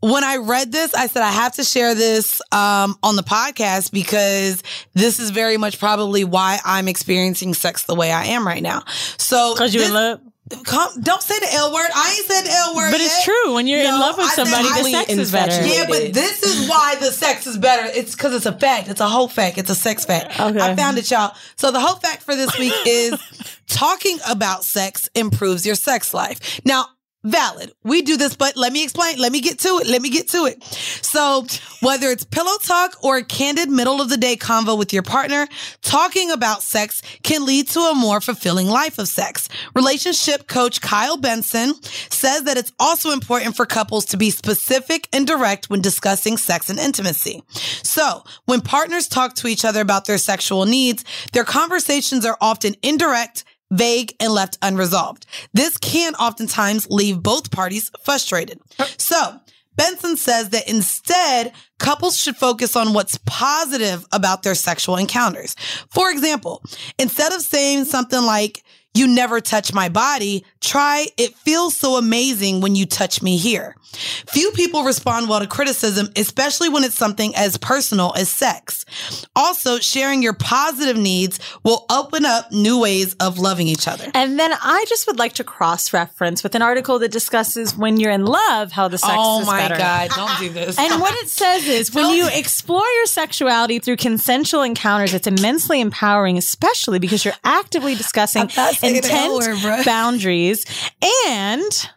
Speaker 3: when I read this, I said I have to share this um, on the podcast because this is very much probably why I'm experiencing sex the way I am right now. So,
Speaker 2: Because you
Speaker 3: this-
Speaker 2: in love.
Speaker 3: Come, don't say the L word. I ain't said the L word.
Speaker 2: But it's
Speaker 3: yet.
Speaker 2: true. When you're
Speaker 3: No,
Speaker 2: in love with
Speaker 3: I said
Speaker 2: somebody, the
Speaker 3: highly
Speaker 2: sex is better.
Speaker 3: Yeah,
Speaker 4: infatuated.
Speaker 3: but this is why the sex is better. It's because it's a fact. It's a whole fact. It's a sex fact.
Speaker 2: Okay.
Speaker 3: I found it, y'all. So the whole fact for this week is talking about sex improves your sex life. Now, valid. We do this, but let me explain. Let me get to it. Let me get to it. So whether it's pillow talk or a candid middle of the day convo with your partner, talking about sex can lead to a more fulfilling life of sex. Relationship coach Kyle Benson says that it's also important for couples to be specific and direct when discussing sex and intimacy. So, when partners talk to each other about their sexual needs, their conversations are often indirect, vague, and left unresolved. This can oftentimes leave both parties frustrated. So, Benson says that instead, couples should focus on what's positive about their sexual encounters. For example, instead of saying something like, you never touch my body. Try it feels so amazing when you touch me here. Few people respond well to criticism, especially when it's something as personal as sex. Also, sharing your positive needs will open up new ways of loving each other.
Speaker 2: And then I just would like to cross reference with an article that discusses when you're in love, how the sex
Speaker 3: oh
Speaker 2: is
Speaker 3: my
Speaker 2: better.
Speaker 3: God, don't do this.
Speaker 2: And what it says is when you explore your sexuality through consensual encounters, it's immensely empowering, especially because you're actively discussing
Speaker 3: I'm not saying that
Speaker 2: intent,
Speaker 3: word, bruh.
Speaker 2: boundaries, and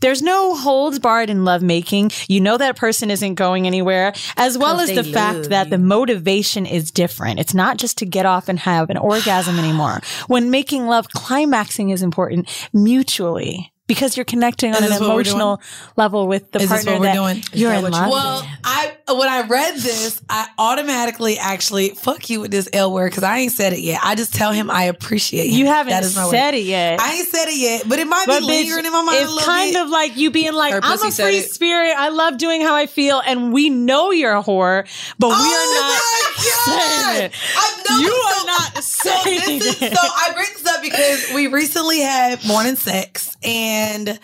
Speaker 2: there's no holds barred in lovemaking. You know that person isn't going anywhere, as well as
Speaker 4: Because
Speaker 2: the
Speaker 4: they
Speaker 2: fact
Speaker 4: love
Speaker 2: that the motivation is different. It's not just to get off and have an orgasm anymore. When making love, climaxing is important mutually. Because you're connecting on
Speaker 3: Is
Speaker 2: an
Speaker 3: this what we're doing?
Speaker 2: emotional level with the
Speaker 3: Is this
Speaker 2: partner
Speaker 3: what we're
Speaker 2: that
Speaker 3: doing? Is
Speaker 2: you're
Speaker 4: that
Speaker 2: in
Speaker 4: what you
Speaker 2: love.
Speaker 4: want?
Speaker 2: with.
Speaker 3: Well, I when I read this, I automatically actually fuck you with this L word because I ain't said it yet. I just tell him I appreciate him.
Speaker 2: You haven't
Speaker 3: That is my word.
Speaker 2: said it yet.
Speaker 3: I ain't said it yet, but it might
Speaker 2: But
Speaker 3: be
Speaker 2: bitch,
Speaker 3: lingering in my mind a
Speaker 2: it's
Speaker 3: little
Speaker 2: kind
Speaker 3: bit.
Speaker 2: of like you being like,
Speaker 3: Her
Speaker 2: I'm
Speaker 3: pussy
Speaker 2: a
Speaker 3: said
Speaker 2: free
Speaker 3: it.
Speaker 2: spirit. I love doing how I feel, and we know you're a whore, but we are not
Speaker 3: Oh my
Speaker 2: saying
Speaker 3: God.
Speaker 2: it.
Speaker 3: I know
Speaker 2: You
Speaker 3: so-
Speaker 2: are not
Speaker 3: so
Speaker 2: saying
Speaker 3: this is,
Speaker 2: it.
Speaker 3: so I bring this up because we recently had morning sex and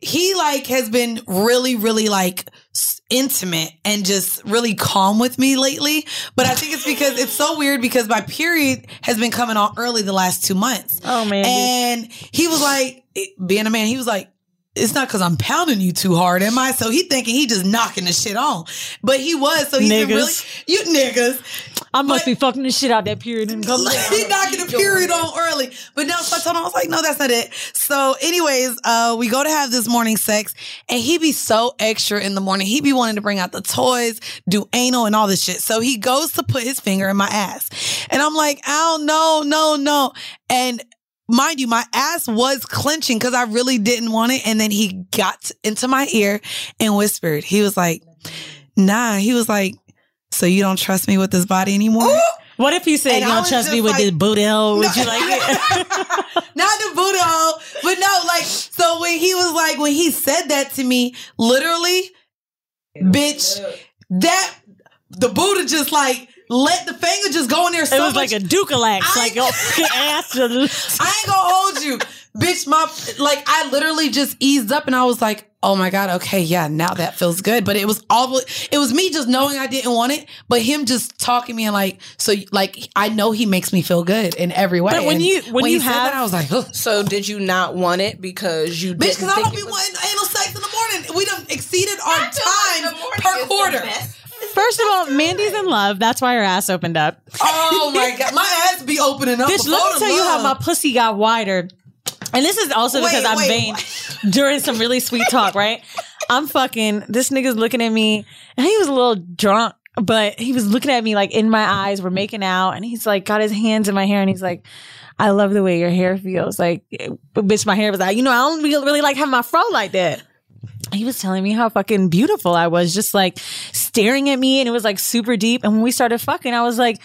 Speaker 3: he like has been really really like s- intimate and just really calm with me lately but i think it's because it's so weird because my period has been coming on early the last two months
Speaker 2: Oh, man.
Speaker 3: and he was like it- being a man he was like it's not because I'm pounding you too hard, am I? So he thinking he just knocking the shit on, but he was. So he's been
Speaker 2: Niggas.
Speaker 3: really you niggas.
Speaker 2: I must
Speaker 3: But-
Speaker 2: be fucking the shit out that period. And come
Speaker 3: He knocking a period on early. But no, so I told him, I was like, no, that's not it. So, anyways, uh, we go to have this morning sex, and he be so extra in the morning. He be wanting to bring out the toys, do anal, and all this shit. So he goes to put his finger in my ass. And I'm like, oh, no, no, no. And mind you, my ass was clenching because I really didn't want it. And then he got into my ear and whispered, he was like, nah, he was like, so you don't trust me with this body anymore?
Speaker 2: What if he said,
Speaker 3: And I
Speaker 2: "Y'all
Speaker 3: was
Speaker 2: trust me
Speaker 3: just
Speaker 2: with
Speaker 3: like-
Speaker 2: this booty hole"? Would
Speaker 3: No.
Speaker 2: you like it?
Speaker 3: not the Buddha, hole, but no, like so when he was like when he said that to me, literally, bitch, that the Buddha just like let the finger just go in there. So
Speaker 2: it was
Speaker 3: much,
Speaker 2: like a Dukalax,
Speaker 3: I-
Speaker 2: like your ass. To the-
Speaker 3: I ain't gonna hold you, bitch. My like I literally just eased up and I was like, oh my god, okay, yeah, now that feels good. But it was all it was me just knowing I didn't want it, but him just talking me and like so like I know he makes me feel good in every way.
Speaker 2: But when
Speaker 3: And
Speaker 2: you- when you
Speaker 3: he said
Speaker 2: have-
Speaker 3: that, I was like, ugh.
Speaker 4: So did you not want it because you
Speaker 3: Bitch,
Speaker 4: didn't
Speaker 3: because I
Speaker 4: think
Speaker 3: don't
Speaker 4: it
Speaker 3: be
Speaker 4: was-
Speaker 3: wanting anal sex in the morning. We done exceeded our
Speaker 4: I feel like
Speaker 3: time
Speaker 4: the morning is
Speaker 3: per
Speaker 4: the
Speaker 3: quarter.
Speaker 4: best.
Speaker 2: First of all, Mandy's in love. That's why her ass opened up.
Speaker 3: Oh my god, my ass be opening up.
Speaker 2: Bitch, let me tell you how my pussy got wider. And this is also
Speaker 3: Wait,
Speaker 2: because I'm
Speaker 3: wait,
Speaker 2: vain during some really sweet talk, right? I'm fucking, this nigga's looking at me and he was a little drunk, but he was looking at me like in my eyes, we're making out. And he's like, got his hands in my hair and he's like, I love the way your hair feels. Like, but bitch, my hair was like, you know, I don't really, really like having my fro like that. He was telling me how fucking beautiful I was, just like staring at me. And it was like super deep. And when we started fucking, I was like,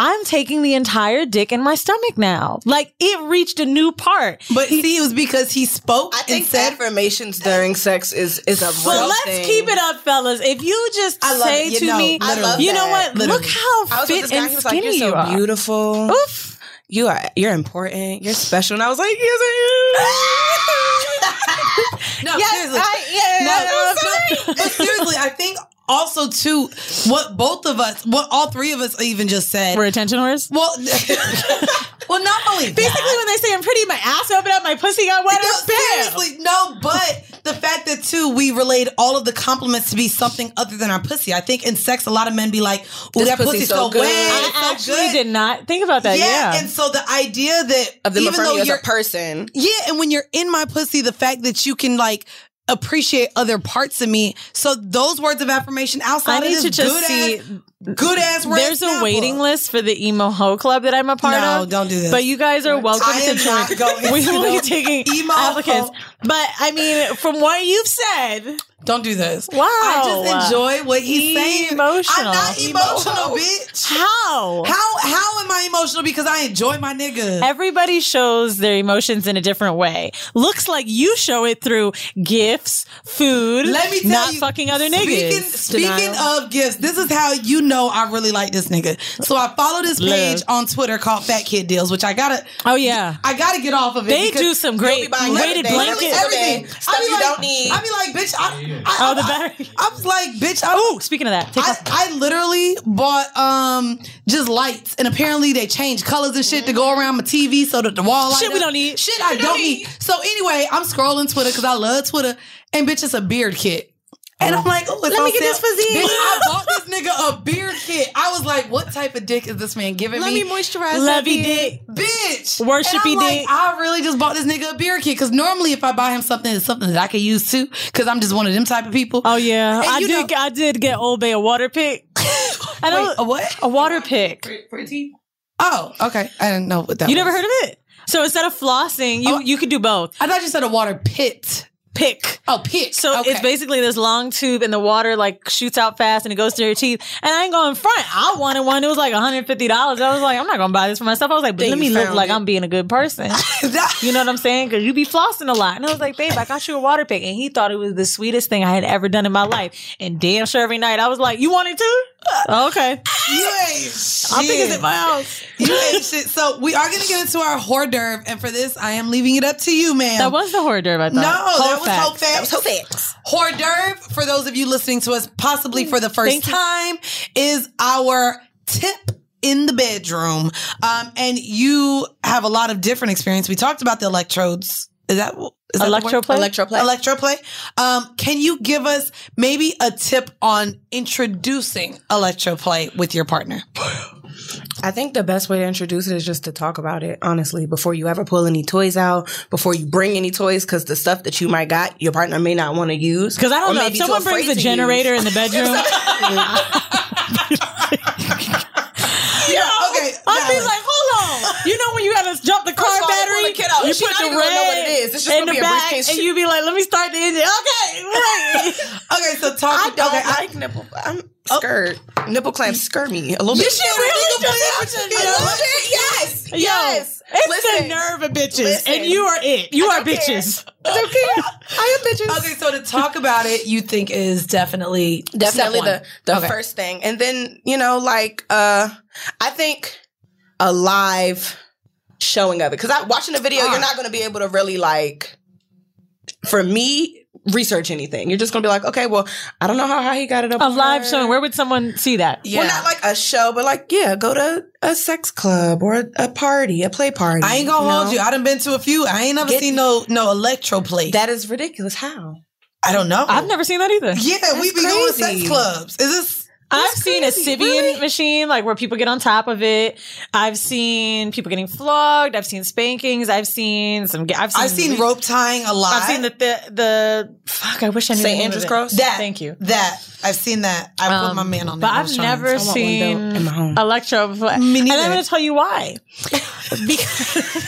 Speaker 2: I'm taking the entire dick in my stomach now. Like it reached a new part.
Speaker 3: But see, it was because he spoke
Speaker 4: I
Speaker 3: and
Speaker 4: think
Speaker 3: said,
Speaker 4: affirmations during sex is is a
Speaker 2: But
Speaker 4: real
Speaker 2: let's
Speaker 4: thing.
Speaker 2: keep it up, fellas. If you just
Speaker 3: I love
Speaker 2: say
Speaker 3: it. You
Speaker 2: to
Speaker 3: know,
Speaker 2: me,
Speaker 3: I
Speaker 4: love
Speaker 2: you know
Speaker 4: that.
Speaker 2: what?
Speaker 3: Literally.
Speaker 2: Look how
Speaker 4: I was with
Speaker 2: fit
Speaker 4: this guy.
Speaker 2: and
Speaker 4: He was like, "You're
Speaker 2: skinny
Speaker 4: so
Speaker 2: you are.
Speaker 4: beautiful.
Speaker 2: Oof.
Speaker 4: You are. You're important. You're special." And I was like, "Yes, I am."
Speaker 3: "No, seriously,
Speaker 2: I,
Speaker 3: no, but, but seriously." I think also too what both of us, what all three of us even just said.
Speaker 2: We're attention whores.
Speaker 3: Well, well, not only that,
Speaker 2: Basically, when they say I'm pretty, my ass opened up, my pussy got wetter.
Speaker 3: No,
Speaker 2: Bam.
Speaker 3: seriously, no, but the fact that too we relayed all of the compliments to be something other than our pussy. I think in sex a lot of men be like, "Oh,
Speaker 4: This
Speaker 3: that pussy's,
Speaker 4: pussy's
Speaker 3: so,
Speaker 4: so
Speaker 3: wet,
Speaker 4: good."
Speaker 3: it's so
Speaker 2: I actually
Speaker 3: good."
Speaker 2: did not think about that.
Speaker 3: yeah.
Speaker 2: Yeah.
Speaker 3: and so the idea that
Speaker 4: Of them
Speaker 3: even though
Speaker 4: affirming you as
Speaker 3: you're
Speaker 4: a person,
Speaker 3: yeah, and when you're in my pussy, the fact that you can like appreciate other parts of me. So those words of affirmation
Speaker 2: I
Speaker 3: outside
Speaker 2: need
Speaker 3: of
Speaker 2: to
Speaker 3: this
Speaker 2: just
Speaker 3: good
Speaker 2: see.
Speaker 3: ass, good ass. red
Speaker 2: There's a
Speaker 3: snapper.
Speaker 2: waiting list for the emo ho club that I'm a part
Speaker 3: No,
Speaker 2: of.
Speaker 3: don't do this.
Speaker 2: But you guys are welcome
Speaker 3: I am
Speaker 2: to
Speaker 3: not
Speaker 2: join.
Speaker 3: going
Speaker 2: We
Speaker 3: to
Speaker 2: will be
Speaker 3: the
Speaker 2: taking
Speaker 3: emo
Speaker 2: applicants.
Speaker 3: ho.
Speaker 2: But I mean, from what you've said,
Speaker 3: Don't do this.
Speaker 2: Wow.
Speaker 3: I just enjoy what he's saying. I'm
Speaker 2: Emotional.
Speaker 3: not emotional,
Speaker 4: Emo.
Speaker 3: bitch.
Speaker 2: how?
Speaker 3: How how am I emotional because I enjoy my nigga?
Speaker 2: Everybody shows their emotions in a different way. Looks like you show it through gifts, food,
Speaker 3: Let me tell
Speaker 2: not
Speaker 3: you,
Speaker 2: fucking other
Speaker 3: Speaking,
Speaker 2: niggas.
Speaker 3: speaking of gifts, this is how you know I really like this nigga. So I follow this
Speaker 2: Love.
Speaker 3: page on Twitter called Fat Kid Deals, which I gotta
Speaker 2: Oh yeah.
Speaker 3: I gotta get off of it.
Speaker 2: They
Speaker 3: because
Speaker 2: do some
Speaker 4: You'll
Speaker 2: great
Speaker 4: be buying
Speaker 2: weighted
Speaker 4: everything.
Speaker 2: blankets.
Speaker 4: Literally
Speaker 3: everything.
Speaker 4: Stuff
Speaker 3: I be
Speaker 4: you
Speaker 3: like,
Speaker 4: don't need.
Speaker 3: I be like, bitch. I, I,
Speaker 2: Oh, the
Speaker 3: I-
Speaker 2: battery.
Speaker 3: I, was like, bitch. I,
Speaker 2: Ooh, speaking of that, take
Speaker 3: I,
Speaker 2: off.
Speaker 3: I literally bought um just lights, and apparently they change colors and shit to go around my TV so that the wall light
Speaker 2: Shit we
Speaker 3: up.
Speaker 2: don't need.
Speaker 3: Shit I don't need. So anyway, I'm scrolling Twitter because I love Twitter, and bitch, it's a beard kit. And I'm like, oh, it's
Speaker 2: Let
Speaker 3: on
Speaker 2: me get
Speaker 3: sale.
Speaker 2: this physique.
Speaker 3: Bitch, I bought this nigga a beard kit. I was like, what type of dick is this man giving
Speaker 2: Let
Speaker 3: me?
Speaker 2: me moisturize that
Speaker 3: Lovey
Speaker 2: beard.
Speaker 3: dick, bitch.
Speaker 2: Worshipy
Speaker 3: And I'm like,
Speaker 2: dick.
Speaker 3: I really just bought this nigga a beer kit because normally if I buy him something, it's something that I can use too because I'm just one of them type of people.
Speaker 2: Oh yeah,
Speaker 3: And
Speaker 2: I
Speaker 3: you
Speaker 2: did.
Speaker 3: know-
Speaker 2: I did get Old Bay a water pick. I don't
Speaker 3: Wait, a what?
Speaker 2: a water pick.
Speaker 3: Oh, okay. I didn't know what that.
Speaker 2: You
Speaker 3: was.
Speaker 2: never heard of it? So instead of flossing, you
Speaker 3: Oh.
Speaker 2: you could do both.
Speaker 3: I thought you said a water pit.
Speaker 2: Pick.
Speaker 3: Oh, pit.
Speaker 2: So
Speaker 3: Okay.
Speaker 2: it's basically this long tube and the water like shoots out fast and it goes through your teeth. And I ain't going front. I wanted one. It was like $150. I was like, I'm not going to buy this for myself. I was like, but
Speaker 4: Then
Speaker 2: let
Speaker 4: you
Speaker 2: me look
Speaker 4: found
Speaker 2: like
Speaker 4: it.
Speaker 2: I'm being a good person. You know what I'm saying? Because you be flossing a lot. And I was like, babe, I got you a water pick. And he thought it was the sweetest thing I had ever done in my life. And damn sure every night I was like, you want it too? Okay.
Speaker 3: you ain't shit.
Speaker 2: I think it's at my house.
Speaker 3: You ain't shit. So we are gonna get into our hors d'oeuvre, and for this, I am leaving it up to you, ma'am.
Speaker 2: That was the hors d'oeuvre, I thought.
Speaker 3: no, that
Speaker 2: Whole
Speaker 3: was
Speaker 2: fact.
Speaker 3: hope facts.
Speaker 4: That was so facts.
Speaker 3: hors d'oeuvre for those of you listening to us possibly for the first
Speaker 2: Thank you.
Speaker 3: time is our tip in the bedroom um, and you have a lot of different experience we talked about the electrodes is that is that the word?
Speaker 2: Electroplay?
Speaker 4: Electroplay.
Speaker 3: electroplay um, can you give us maybe a tip on introducing electroplay with your partner
Speaker 4: I think the best way to introduce it is just to talk about it, honestly, before you ever pull any toys out, before you bring any toys, because the stuff that you might got, your partner may not want to use.
Speaker 2: Because I don't
Speaker 4: or
Speaker 2: know.
Speaker 4: may
Speaker 2: If
Speaker 4: be too
Speaker 2: someone
Speaker 4: afraid
Speaker 2: brings a
Speaker 4: to
Speaker 2: generator in the bedroom,
Speaker 3: yeah okay
Speaker 2: I'd be
Speaker 3: Dallas.
Speaker 2: like, hold on. You know when you gotta jump the car
Speaker 4: First of all, you
Speaker 2: battery,
Speaker 4: pull the kid out.
Speaker 2: you
Speaker 4: She
Speaker 2: put
Speaker 4: not
Speaker 2: the
Speaker 4: even gonna know what
Speaker 2: red
Speaker 4: it is. It's just
Speaker 2: in
Speaker 4: gonna
Speaker 2: the
Speaker 4: be a
Speaker 2: back,
Speaker 4: briefcase.
Speaker 2: and you be like, let me start the engine. Okay, wait.
Speaker 3: okay so talk
Speaker 4: use. I don't
Speaker 3: okay, I-
Speaker 4: like nipple. I'm,
Speaker 3: Nope.
Speaker 4: skirt. Nipple clamps skirt me a little bit.
Speaker 3: This shit Oh. really just a
Speaker 4: I
Speaker 3: nerve.
Speaker 4: love it. Yes. yes.
Speaker 2: It's
Speaker 4: Listen.
Speaker 2: the nerve of bitches,
Speaker 4: Listen.
Speaker 2: and you are it. You
Speaker 4: I
Speaker 2: are
Speaker 4: don't care.
Speaker 2: bitches.
Speaker 4: It's okay. I am bitches.
Speaker 3: Okay, so to talk about it, you think is definitely
Speaker 4: definitely
Speaker 3: step
Speaker 4: the
Speaker 3: one.
Speaker 4: the
Speaker 3: Okay.
Speaker 4: first thing and then you know like uh i think a live showing of it because i watching a video
Speaker 3: Ah,
Speaker 4: you're not going to be able to really like for me research anything you're just going to be like okay well i don't know how, how he got it up
Speaker 2: A live
Speaker 4: there.
Speaker 2: showing. Where would someone see that?
Speaker 3: Yeah.
Speaker 4: well not like a show but like yeah go to a sex club or a, a party a play party
Speaker 3: I ain't gonna
Speaker 4: you
Speaker 3: hold
Speaker 4: know?
Speaker 3: you. I done been to a few. I ain't never
Speaker 4: Get-
Speaker 3: seen no no electro play.
Speaker 4: that is ridiculous how
Speaker 3: I don't know.
Speaker 2: I've never seen that either.
Speaker 3: Yeah, we be going to
Speaker 4: crazy.
Speaker 3: sex clubs. Is this?
Speaker 2: I've
Speaker 4: That's
Speaker 2: seen
Speaker 4: crazy.
Speaker 2: a Sibian
Speaker 4: Really?
Speaker 2: machine, like where people get on top of it. I've seen people getting flogged. I've seen spankings. I've seen some. I've seen.
Speaker 3: I've seen rope tying a lot.
Speaker 2: I've seen the the, the fuck. I wish I knew. the
Speaker 4: St.
Speaker 2: name
Speaker 4: Andrew's
Speaker 2: of it.
Speaker 4: Cross?
Speaker 3: that.
Speaker 2: Thank you.
Speaker 3: That I've seen that. I put
Speaker 2: Um,
Speaker 3: my man on.
Speaker 2: But
Speaker 3: that when I
Speaker 2: I've
Speaker 3: was trying.
Speaker 2: never
Speaker 4: though,
Speaker 2: seen
Speaker 4: in my home.
Speaker 2: electro.
Speaker 3: Me
Speaker 2: And
Speaker 3: neither.
Speaker 2: I'm going to tell you why. because,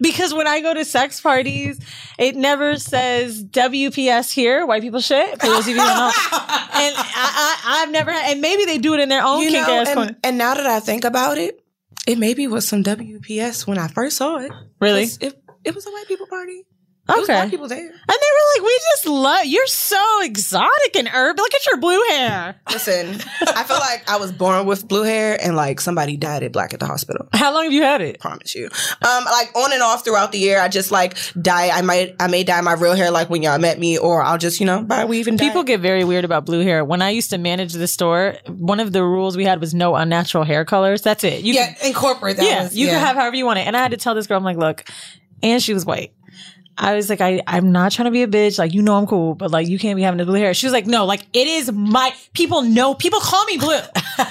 Speaker 2: because when I go to sex parties, it never says WPS here, white people shit. For those of you who don't know. And I, I, I've never, and maybe they do it in their own
Speaker 4: you
Speaker 2: kink
Speaker 4: know
Speaker 2: ass corner.
Speaker 4: and, and now that i think about it it maybe was some wps when i first saw it
Speaker 2: Really?
Speaker 4: It's- It, it was a white people party. It was
Speaker 2: Okay.
Speaker 4: white
Speaker 2: And they
Speaker 4: people there.
Speaker 2: were like, we just love, you're so exotic and herb. Look at your blue hair.
Speaker 4: Listen, I feel like I was born with blue hair and like somebody dyed it black at the hospital.
Speaker 2: How long have you had it?
Speaker 4: Promise you. Um, like on and off throughout the year, I just like dye. I might, I may dye my real hair like when y'all met me, or I'll just you know buy a weave and dye
Speaker 2: People
Speaker 4: it.
Speaker 2: get very weird about blue hair. When I used to manage the store, one of the rules we had was no unnatural hair colors. That's it. You
Speaker 3: Yeah, incorporate that.
Speaker 2: can, yeah,
Speaker 3: was-
Speaker 2: you can have however you want it. And I had to tell this girl, I'm like, look, and she was white. I was like, I, I'm not trying to be a bitch. Like, you know, I'm cool, but like, you can't be having this blue hair. She was like, no, like, it is my people know people call me blue.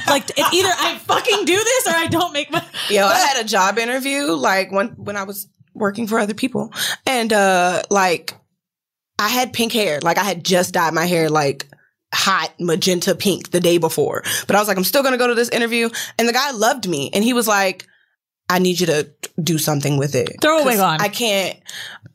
Speaker 2: like, it's either I fucking do this or I don't make my.
Speaker 4: Yo, I had a job interview like when when I was working for other people, and uh like I had pink hair. Like I had just dyed my hair like hot magenta pink the day before, but I was like, I'm still gonna go to this interview, and the guy loved me, and he was like, I need you to do something with it.
Speaker 2: Throw a wig
Speaker 4: 'Cause
Speaker 2: on.
Speaker 4: I can't.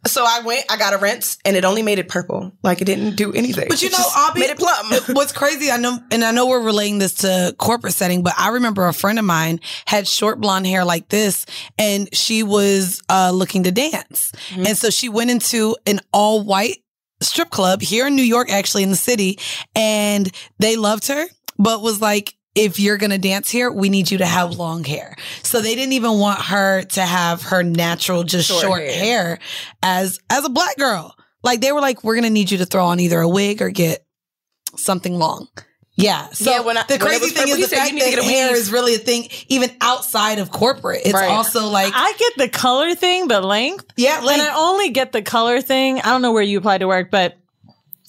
Speaker 4: So I went. I got a rinse, and it only made it purple. Like it didn't do anything.
Speaker 3: But you
Speaker 4: It
Speaker 3: know,
Speaker 4: just
Speaker 3: I'll be-
Speaker 4: made it plum.
Speaker 3: What's crazy, I know, and I know we're relating this to corporate setting, but I remember a friend of mine had short blonde hair like this, and she was uh, looking to dance,
Speaker 4: Mm-hmm.
Speaker 3: and so she went into an all white strip club here in New York, actually in the city, and they loved her, but was like. If you're gonna dance here, we need you to have long hair. So they didn't even want her to have her natural, just short,
Speaker 4: Short
Speaker 3: hair.
Speaker 4: hair.
Speaker 3: as as a black girl. Like they were like, we're gonna need you to throw on either a wig or get something long. Yeah. So
Speaker 4: Yeah, when I- when
Speaker 3: the
Speaker 4: it
Speaker 3: crazy
Speaker 4: was
Speaker 3: thing
Speaker 4: purple, he
Speaker 3: is the
Speaker 4: said you
Speaker 3: fact
Speaker 4: need to
Speaker 3: that
Speaker 4: get a
Speaker 3: hair
Speaker 4: weave.
Speaker 3: is really a thing, even outside of corporate. It's
Speaker 4: Right.
Speaker 3: also like,
Speaker 2: I get the color thing, but length.
Speaker 3: yeah, like,
Speaker 2: And I only get the color thing. I don't know where you applied to work, but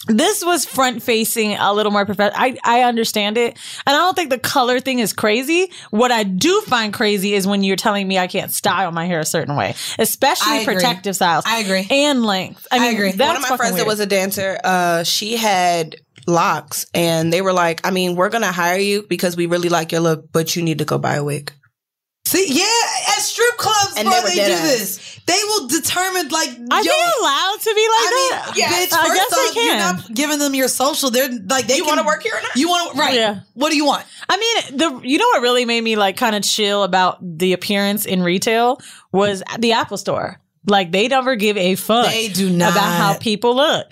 Speaker 2: this was front facing a little more professional. I, I understand it. And I don't think the color thing is crazy. What I do find crazy is when you're telling me I can't style my hair a certain way,
Speaker 3: I
Speaker 2: especially
Speaker 3: agree.
Speaker 2: protective styles.
Speaker 3: I agree.
Speaker 2: And length. I, mean,
Speaker 3: agree.
Speaker 2: That's
Speaker 4: one of my friends
Speaker 2: weird.
Speaker 4: that was a dancer, uh, she had locks, and they were like, "I mean, we're gonna hire you because we really like your look, but you need to go buy a wig."
Speaker 3: see, yeah, at strip clubs,
Speaker 4: And
Speaker 3: bro,
Speaker 4: they were
Speaker 3: they, do
Speaker 4: dead ass.
Speaker 3: this. They will determine like,
Speaker 2: Are
Speaker 3: yo,
Speaker 2: they allowed to be like
Speaker 3: I
Speaker 2: that?
Speaker 3: mean, bitch,
Speaker 2: I
Speaker 3: first
Speaker 2: guess they
Speaker 3: off, you're
Speaker 2: can.
Speaker 3: not giving them your social. They're like, they
Speaker 4: You
Speaker 3: can-
Speaker 4: wanna work here or not?
Speaker 3: You want to, right.
Speaker 2: Yeah.
Speaker 3: What do you want?
Speaker 2: I mean, the you know what really made me like kind of chill about the appearance in retail was the Apple Store. Like they never give a fuck.
Speaker 3: They do not.
Speaker 2: about how people look.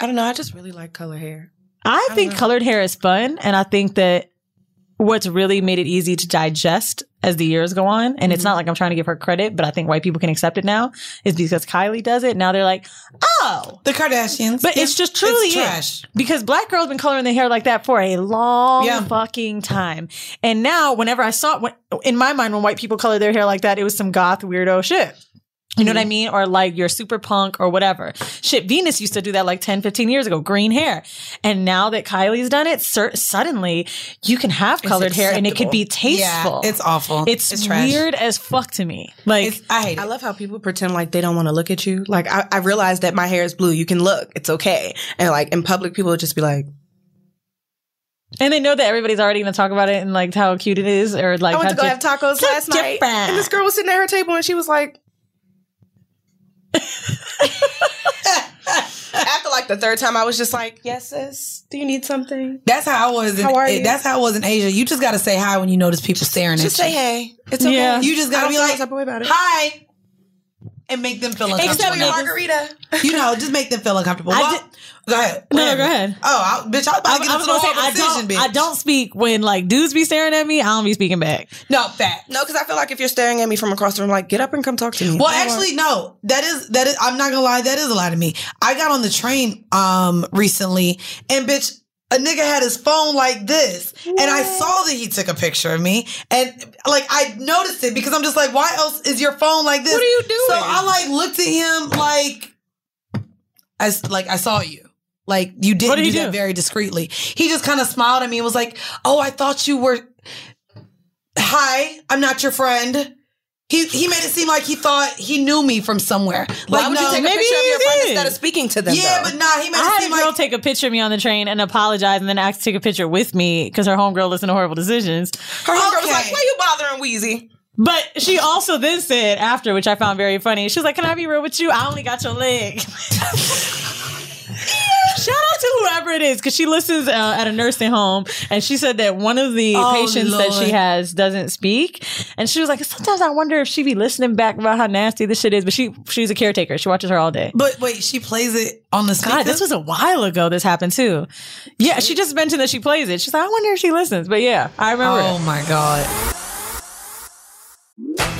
Speaker 4: I don't know. I just really like color hair.
Speaker 2: I think colored hair is fun, and I think that what's really made it easy to digest as the years go on, and it's not like I'm trying to give her credit, but I think white people can accept it now, is because Kylie does it. Now they're like, oh.
Speaker 3: The Kardashians.
Speaker 2: But it's just truly it.
Speaker 3: trash.
Speaker 2: because black girls been coloring their hair like that for a long
Speaker 3: Yeah.
Speaker 2: fucking time. And now, whenever I saw when, in my mind when white people color their hair like that, it was some goth weirdo shit. You know what I mean? Or like you're super punk or whatever. Shit, Venus used to do that like 10, 15 years ago, green hair. And now that Kylie's done it, cer- suddenly you can have colored hair and it could be tasteful.
Speaker 3: Yeah, it's awful.
Speaker 2: It's,
Speaker 3: It's trash.
Speaker 2: weird as fuck to me. Like,
Speaker 3: It's, I hate it.
Speaker 4: I love how people pretend like they don't want to look at you. Like I, I realize that my hair is blue. You can look. It's okay. And like in public, people would just be like,
Speaker 2: and they know that everybody's already going to talk about it and like how cute it is or like
Speaker 4: "I went
Speaker 2: how
Speaker 4: to go
Speaker 2: di-
Speaker 4: have tacos
Speaker 2: so
Speaker 4: last night,
Speaker 2: different.
Speaker 4: and this girl was sitting at her table, and she was like." After like the third time, I was just like, "Yes, sis, Do you need something?
Speaker 3: That's how I was. In,
Speaker 4: How are you?
Speaker 3: That's how I was in Asia. You just gotta say hi when you notice people staring
Speaker 4: Just
Speaker 3: at
Speaker 4: say
Speaker 3: you.
Speaker 4: hey. It's okay.
Speaker 2: Yeah.
Speaker 3: You just gotta
Speaker 4: I don't
Speaker 3: be
Speaker 4: feel
Speaker 3: like,
Speaker 4: no type of way about it.
Speaker 3: hi, and make them feel uncomfortable.
Speaker 4: Except your
Speaker 2: niggas.
Speaker 4: margarita.
Speaker 3: you know, just make them feel uncomfortable.
Speaker 2: I
Speaker 3: Well,
Speaker 2: did-
Speaker 3: go ahead.
Speaker 2: No,
Speaker 3: Whatever.
Speaker 2: go ahead.
Speaker 3: Oh, I, bitch, I was about to get
Speaker 2: I, I
Speaker 3: into
Speaker 2: was
Speaker 3: the
Speaker 2: gonna say
Speaker 3: whole
Speaker 2: I
Speaker 3: decision,
Speaker 2: don't.
Speaker 3: bitch.
Speaker 2: I don't speak when like dudes be staring at me. I don't be speaking back.
Speaker 3: No, fat.
Speaker 4: No, because I feel like if you're staring at me from across the room, like get up and come talk to me.
Speaker 3: Well,
Speaker 4: I don't
Speaker 3: actually, no. That is that is. I'm not gonna lie. That is a lie to me. I got on the train um recently, and bitch, a nigga had his phone like this, and I saw that he took a picture of me, and like I noticed it because I'm just like, why else is your phone like this?
Speaker 4: What are you doing?
Speaker 3: So I like looked at him like, I s- like I saw you. Like you
Speaker 2: did
Speaker 3: didn't do,
Speaker 2: he
Speaker 3: that
Speaker 2: do?
Speaker 3: very discreetly. He just kind of smiled at me and was like, "Oh, I thought you were." Hi, I'm not your friend. He he made it seem like he thought he knew me from somewhere.
Speaker 4: Why
Speaker 3: Like
Speaker 4: would
Speaker 3: no,
Speaker 4: you take a
Speaker 2: maybe
Speaker 4: picture of
Speaker 2: you
Speaker 4: your friend
Speaker 2: did.
Speaker 4: instead of speaking to them?
Speaker 3: yeah,
Speaker 4: though?
Speaker 3: but nah, he made
Speaker 2: I
Speaker 3: it
Speaker 2: had a
Speaker 3: seem
Speaker 2: girl
Speaker 3: like
Speaker 2: take a picture of me on the train and apologize, and then asked to take a picture with me because her homegirl listened to horrible decisions.
Speaker 4: her homegirl was
Speaker 3: Okay.
Speaker 4: like, "Why you bothering Wheezy?"
Speaker 2: But she also then said after, which I found very funny, she was like, Can I be real with you? I only got your leg. Shout out to whoever it is because she listens uh, at a nursing home, and she said that one of the
Speaker 3: Oh,
Speaker 2: patients that
Speaker 3: Lord.
Speaker 2: she has doesn't speak, and she was like, "Sometimes I wonder if she be listening back about how nasty this shit is." But she she's a caretaker; she watches her all day.
Speaker 3: But wait, she plays it on the speaker.
Speaker 2: God, this was a while ago. This happened too. Yeah, she just mentioned that she plays it. She's like, "I wonder if she listens." But yeah, I remember. it.
Speaker 3: Oh my god.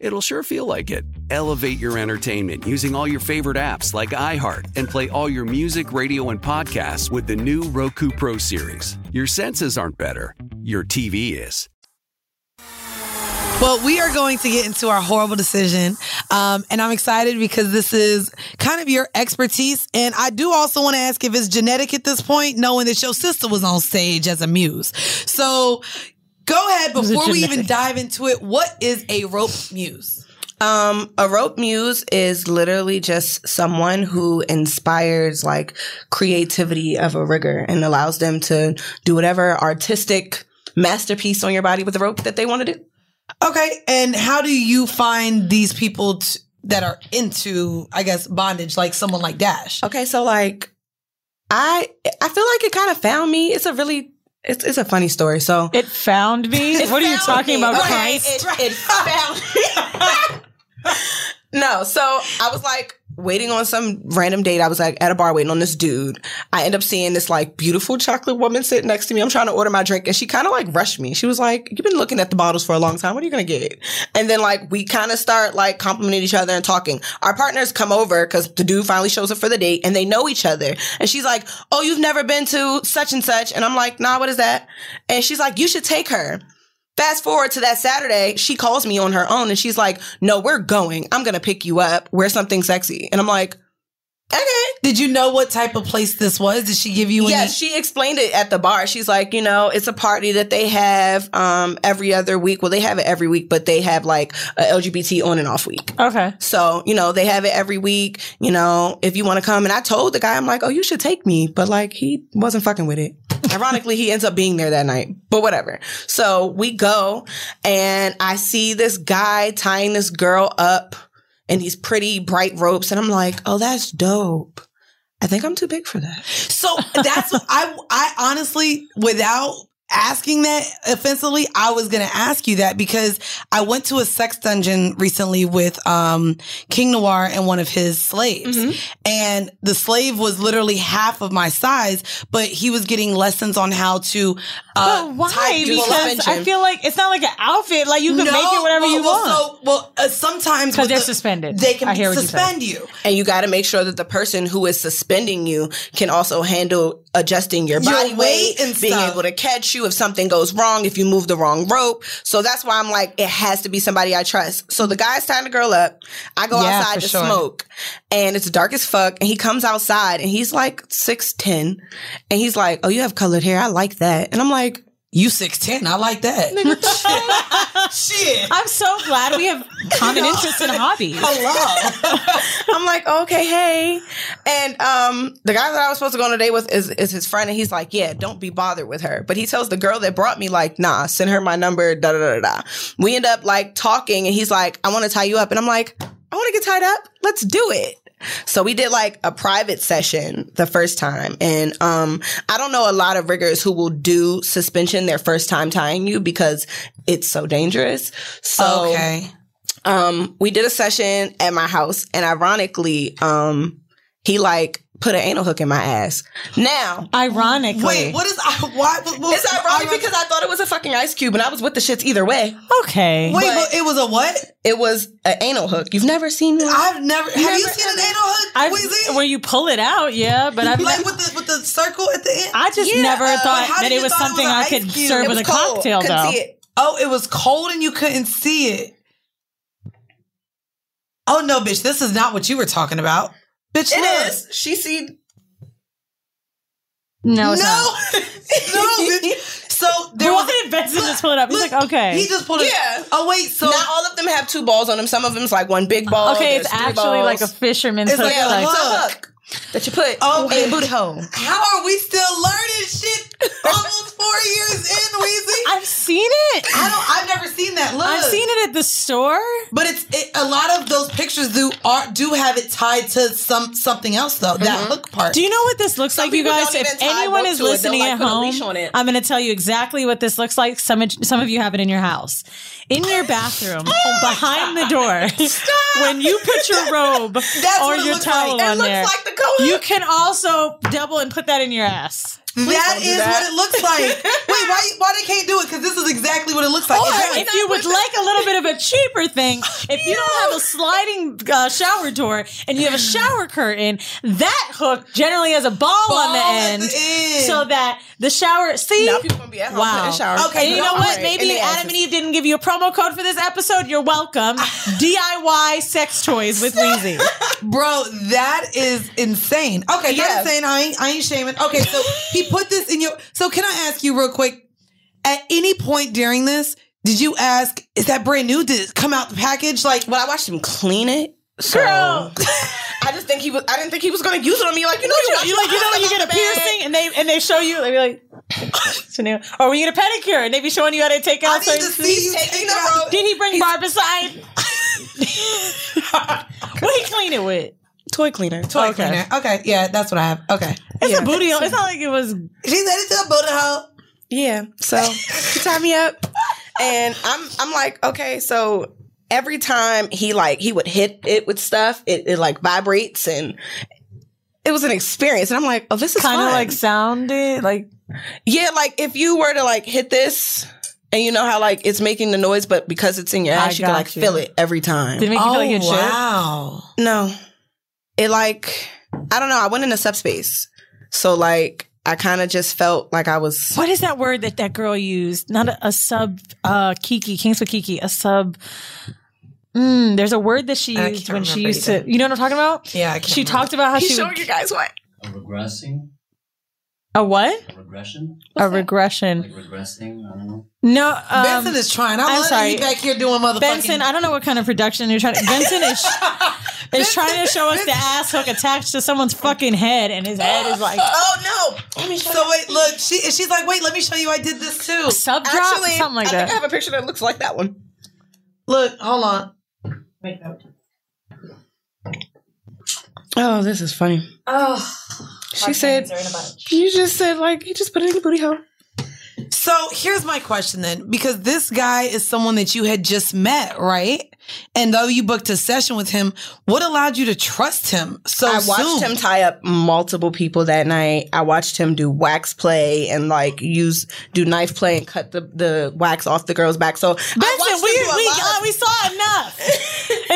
Speaker 1: it'll sure feel like it. Elevate your entertainment using all your favorite apps like iHeart and play all your music, radio, and podcasts with the new Roku Pro Series. Your senses aren't better, your TV is.
Speaker 3: Well, we are going to get into our horrible decision. Um, and I'm excited because this is kind of your expertise. And I do also want to ask if it's genetic at this point, knowing that your sister was on stage as a muse. So go ahead
Speaker 2: Was it
Speaker 3: before we even
Speaker 2: genetic?
Speaker 3: dive into it. What is a rope muse?
Speaker 4: Um, a rope muse is literally just someone who inspires like creativity of a rigger and allows them to do whatever artistic masterpiece on your body with the rope that they want to do.
Speaker 3: Okay. And how do you find these people t- that are into, I guess, bondage, like someone like Dash?
Speaker 4: Okay, so like I I feel like it kind of found me. It's a really it's it's a funny story. So
Speaker 2: It found me. what are you
Speaker 4: found
Speaker 2: talking
Speaker 4: me.
Speaker 2: about,
Speaker 4: Okay,
Speaker 2: Christ?
Speaker 4: It, it found me. no, so I was like waiting on some random date. I was like at a bar waiting on this dude. I end up seeing this like beautiful chocolate woman sitting next to me. I'm trying to order my drink and she kind of like rushed me. She was like, you've been looking at the bottles for a long time. What are you going to get? And then like we kind of start like complimenting each other and talking. Our partners come over because the dude finally shows up for the date and they know each other. And she's like, oh, you've never been to such and such. And I'm like, nah, what is that? And she's like, you should take her. Fast forward to that Saturday, she calls me on her own and she's like, No, we're going. I'm going to pick you up. Wear something sexy. And I'm like, Okay.
Speaker 3: Did you know what type of place this was? Did she give you
Speaker 4: Yeah,
Speaker 3: any?
Speaker 4: she explained it at the bar. She's like, you know, it's a party that they have um, every other week. Well, they have it every week, but they have like a LGBT on and off week.
Speaker 2: Okay.
Speaker 4: So, you know, they have it every week. You know, if you want to come. And I told the guy, I'm like, oh, you should take me. But like, he wasn't fucking with it. Ironically, he ends up being there that night, but whatever. So we go and I see this guy tying this girl up in these pretty bright ropes. And I'm like, oh, that's dope. I think I'm too big for that.
Speaker 3: So that's I I honestly without asking that offensively, I was gonna ask you that because I went to a sex dungeon recently with um King Noir and one of his slaves. And the slave was literally half of my size, but he was getting lessons on how to uh
Speaker 2: But why?
Speaker 3: tighten-
Speaker 2: because I feel like it's not like an outfit. Like you can
Speaker 3: No,
Speaker 2: make it whatever
Speaker 3: well,
Speaker 2: you
Speaker 3: well,
Speaker 2: want.
Speaker 3: So, well, uh, sometimes
Speaker 2: Because
Speaker 3: with
Speaker 2: they're
Speaker 3: the-
Speaker 2: suspended.
Speaker 3: They can
Speaker 2: I hear what you said.
Speaker 3: suspend you.
Speaker 4: And you got to make sure that the person who is suspending you can also handle adjusting your
Speaker 3: Your
Speaker 4: body
Speaker 3: weight
Speaker 4: weight,
Speaker 3: and
Speaker 4: being
Speaker 3: stuff.
Speaker 4: able to catch you if something goes wrong, if you move the wrong rope. So that's why I'm like, it has to be somebody I trust. So the guy's tying the girl up. I go
Speaker 3: Yeah, for
Speaker 4: outside to
Speaker 3: sure.
Speaker 4: smoke, and it's dark as fuck. And he comes outside, and he's like six ten, and he's like, "Oh, you have colored hair. I like that." And I'm like,
Speaker 3: "You six ten. I like that." Shit.
Speaker 2: I'm so glad we have common
Speaker 4: No.
Speaker 2: interests and hobbies.
Speaker 3: Hello.
Speaker 4: I'm like, okay, hey. And um, the guy that I was supposed to go on a date with is, is his friend, and he's like, yeah, don't be bothered with her. But he tells the girl that brought me, like, nah, send her my number, da da da da. We end up like talking, and he's like, I want to tie you up. And I'm like, I want to get tied up. Let's do it. So we did like a private session the first time. And um I don't know a lot of riggers who will do suspension their first time tying you because it's so dangerous. So
Speaker 3: okay.
Speaker 4: um, we did a session at my house, and ironically, um, he like put an anal hook in my ass. Now
Speaker 2: Ironically.
Speaker 3: Wait, what is I why what, what,
Speaker 4: it's ironic because I thought it was a fucking ice cube, and I was with the shits either way.
Speaker 2: Okay.
Speaker 3: Wait, but, it was a what?
Speaker 4: It was an anal hook. You've never seen one.
Speaker 3: I've never have you
Speaker 2: never-
Speaker 3: seen an anal hook?
Speaker 2: I've,
Speaker 3: Weezy?
Speaker 2: when you pull it out, yeah, but I've
Speaker 3: like with the with the circle at the end?
Speaker 2: I just
Speaker 4: Yeah,
Speaker 2: never
Speaker 4: uh,
Speaker 2: thought
Speaker 3: how
Speaker 2: that
Speaker 3: did
Speaker 2: it
Speaker 3: you
Speaker 2: was
Speaker 3: thought it
Speaker 2: something
Speaker 3: was an
Speaker 2: I could
Speaker 3: ice cube?
Speaker 2: serve
Speaker 3: It
Speaker 2: with
Speaker 4: was
Speaker 2: a
Speaker 4: cold.
Speaker 2: cocktail,
Speaker 4: Couldn't
Speaker 2: though.
Speaker 4: see it.
Speaker 3: oh, it was cold and you couldn't see it. Oh no, bitch, this is not what you were talking about. Bitch, look.
Speaker 4: It is. She seen.
Speaker 2: No,
Speaker 3: No,
Speaker 2: it's
Speaker 3: no,
Speaker 2: not.
Speaker 3: bitch. So there
Speaker 2: Why
Speaker 3: was
Speaker 2: did Benson just pull it up? He's like, okay.
Speaker 3: He just pulled it.
Speaker 4: Yeah.
Speaker 3: Oh wait, so
Speaker 4: Not all of them have two balls on them. Some of them's like one big ball.
Speaker 2: okay, it's
Speaker 4: there's three
Speaker 2: actually
Speaker 4: balls.
Speaker 2: like a fisherman's
Speaker 3: It's
Speaker 2: hook.
Speaker 3: like a
Speaker 2: like-
Speaker 3: hook.
Speaker 4: hook that you put
Speaker 3: Oh,
Speaker 4: in
Speaker 3: man.
Speaker 4: your booty hole.
Speaker 3: how are we still learning shit? Almost four years in, Weezy.
Speaker 2: I've seen it.
Speaker 3: I don't. I've never seen that. Look,
Speaker 2: I've seen it at the store.
Speaker 3: but it's it, a lot of those pictures do are do have it tied to some something else though. That hook part.
Speaker 2: Mm-hmm. Do you know what this looks like, you
Speaker 4: people
Speaker 2: guys?
Speaker 4: don't even
Speaker 2: If
Speaker 4: tie
Speaker 2: anyone
Speaker 4: rope
Speaker 2: is
Speaker 4: to it. They'll,
Speaker 2: listening
Speaker 4: like,
Speaker 2: at
Speaker 4: put a leash
Speaker 2: home,
Speaker 4: on it.
Speaker 2: I'm going to tell you exactly what this looks like. Some some of you have it in your house, in your bathroom,
Speaker 4: Oh
Speaker 2: behind the door. When you put your robe or
Speaker 3: what it
Speaker 2: your
Speaker 3: looks
Speaker 2: towel
Speaker 3: like. It
Speaker 2: on
Speaker 4: looks
Speaker 2: there,
Speaker 4: like the co-hook.
Speaker 2: you can also double and put that in your ass.
Speaker 3: that
Speaker 4: don't do
Speaker 3: is
Speaker 4: that.
Speaker 3: what it looks like. Wait, why why they can't do it? Because this is exactly what it looks like.
Speaker 2: Or
Speaker 3: It's like-
Speaker 2: if you would like a little bit of a cheaper thing, if you don't have a sliding uh, shower door and you have a shower curtain, that hook generally has a ball, on
Speaker 3: Ball
Speaker 2: the
Speaker 3: at
Speaker 2: end,
Speaker 3: the end.
Speaker 2: so that the shower. See,
Speaker 4: Now people gonna be at home
Speaker 2: wow.
Speaker 4: putting shower
Speaker 2: Okay,
Speaker 4: curtains
Speaker 2: and you know
Speaker 4: on.
Speaker 2: what?
Speaker 4: Right, in
Speaker 2: Maybe
Speaker 4: their
Speaker 2: Adam
Speaker 4: asses.
Speaker 2: and Eve didn't give you a promo code for this episode. You're welcome. DIY sex toys with Weezy.
Speaker 3: bro, that is insane. Okay,
Speaker 4: Yeah.
Speaker 3: you're insane. I ain't, I ain't shaming. Okay, so he put this in your. So can I ask you real quick? At any point during this, did you ask? Is that brand new? Did it come out the package? Like,
Speaker 4: Well, I watched him clean it. So
Speaker 2: Girl.
Speaker 4: I just think he was. I didn't think he was going to use it on me. Like you know,
Speaker 2: you,
Speaker 4: watch
Speaker 2: you like you know
Speaker 4: my
Speaker 2: when you get a
Speaker 4: bag.
Speaker 2: piercing and they and they show you they be like Chanel. or when you get a pedicure and they be showing you how they take out
Speaker 3: I need to
Speaker 2: certain
Speaker 3: see you
Speaker 4: He's
Speaker 3: taking
Speaker 4: taking
Speaker 3: that
Speaker 4: the
Speaker 3: out.
Speaker 4: rope.
Speaker 2: Did he bring barbicide? what he clean it with?
Speaker 4: toy cleaner.
Speaker 3: Toy
Speaker 2: Okay.
Speaker 3: cleaner. Okay, yeah, that's what I have. Okay.
Speaker 2: It's a booty hole. It's not like it was.
Speaker 3: She said it's a booty hole.
Speaker 4: Yeah. So he tied me up, and I'm I'm like, okay, so. Every time he like he would hit it with stuff, it, it like vibrates and it was an experience. And I'm like, oh, this is
Speaker 2: Kind of
Speaker 4: fun.
Speaker 2: like sounded like
Speaker 4: yeah, like if you were to like hit this and you know how like it's making the noise, but because it's in your
Speaker 2: I
Speaker 4: ass, you can
Speaker 2: got
Speaker 4: like
Speaker 2: you.
Speaker 4: feel it every time.
Speaker 2: did it make you feel like you had shit?
Speaker 3: Oh, wow.
Speaker 4: No. It like I don't know, I went into subspace. So like I kind of just felt like I was
Speaker 2: What is that word that that girl used? Not a, a sub uh, Kiki Kings with Kiki. A sub. Mm, there's a word that she
Speaker 3: I
Speaker 2: used
Speaker 3: can't
Speaker 2: when she
Speaker 3: remember
Speaker 2: used
Speaker 3: either.
Speaker 2: to. You know what I'm talking about?
Speaker 3: Yeah, I can't
Speaker 2: She
Speaker 3: remember.
Speaker 2: talked about how she would,
Speaker 4: you guys what.
Speaker 8: A regressing?
Speaker 2: a what?
Speaker 8: A regression?
Speaker 2: a regression.
Speaker 8: Like regressing? I don't know.
Speaker 2: No, um,
Speaker 3: Benson is trying. I'm,
Speaker 2: I'm
Speaker 3: letting
Speaker 2: sorry.
Speaker 3: you back here doing motherfucking.
Speaker 2: Benson, I don't know what kind of production you're trying to. Benson is is trying to show us the ass hook attached to someone's fucking head, and his head is like
Speaker 4: Oh no. Let me show
Speaker 3: so wait, look, she she's like, wait, let me show you. I did this too.
Speaker 2: sub drop,
Speaker 4: Actually,
Speaker 2: something like
Speaker 4: I
Speaker 2: that.
Speaker 4: think I have a picture that looks like that one.
Speaker 3: Look, hold on.
Speaker 4: Oh, this is funny.
Speaker 9: Oh,
Speaker 4: She said, "You just said like you just put it in your booty hole."
Speaker 3: So here's my question then, because this guy is someone that you had just met, right? And though you booked a session with him, what allowed you to trust him so
Speaker 4: I watched
Speaker 3: soon?
Speaker 4: him tie up multiple people that night. I watched him do wax play and like use do knife play and cut the, the wax off the girl's back. So I watched
Speaker 2: Listen, we
Speaker 4: him do a
Speaker 2: we,
Speaker 4: lot of-
Speaker 2: y'all, we saw enough.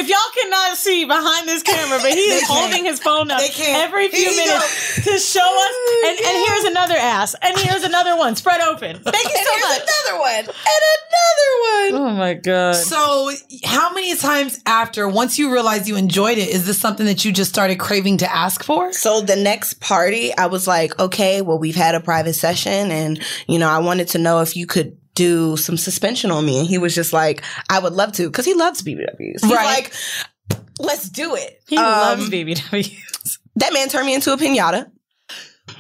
Speaker 2: if y'all cannot see behind this camera, but he
Speaker 4: They
Speaker 2: is
Speaker 4: can't.
Speaker 2: holding his phone up
Speaker 4: They can't.
Speaker 2: every few
Speaker 4: Here you Oh,
Speaker 2: minutes to show us. And, and here's another ass, and here's another one spread open. Thank you so much.
Speaker 4: Another one and
Speaker 2: another one. Oh my god!
Speaker 3: So how many times after once you realized you enjoyed it, is this something that you just started craving to ask for?
Speaker 4: So the next party, I was like, okay, well, we've had a private session and, you know, I wanted to know if you could do some suspension on me. And he was just like, I would love to because he loves BBWs. He's
Speaker 2: Right.
Speaker 4: like, let's do it. Um,
Speaker 2: He loves BBWs.
Speaker 4: That man turned me into a pinata.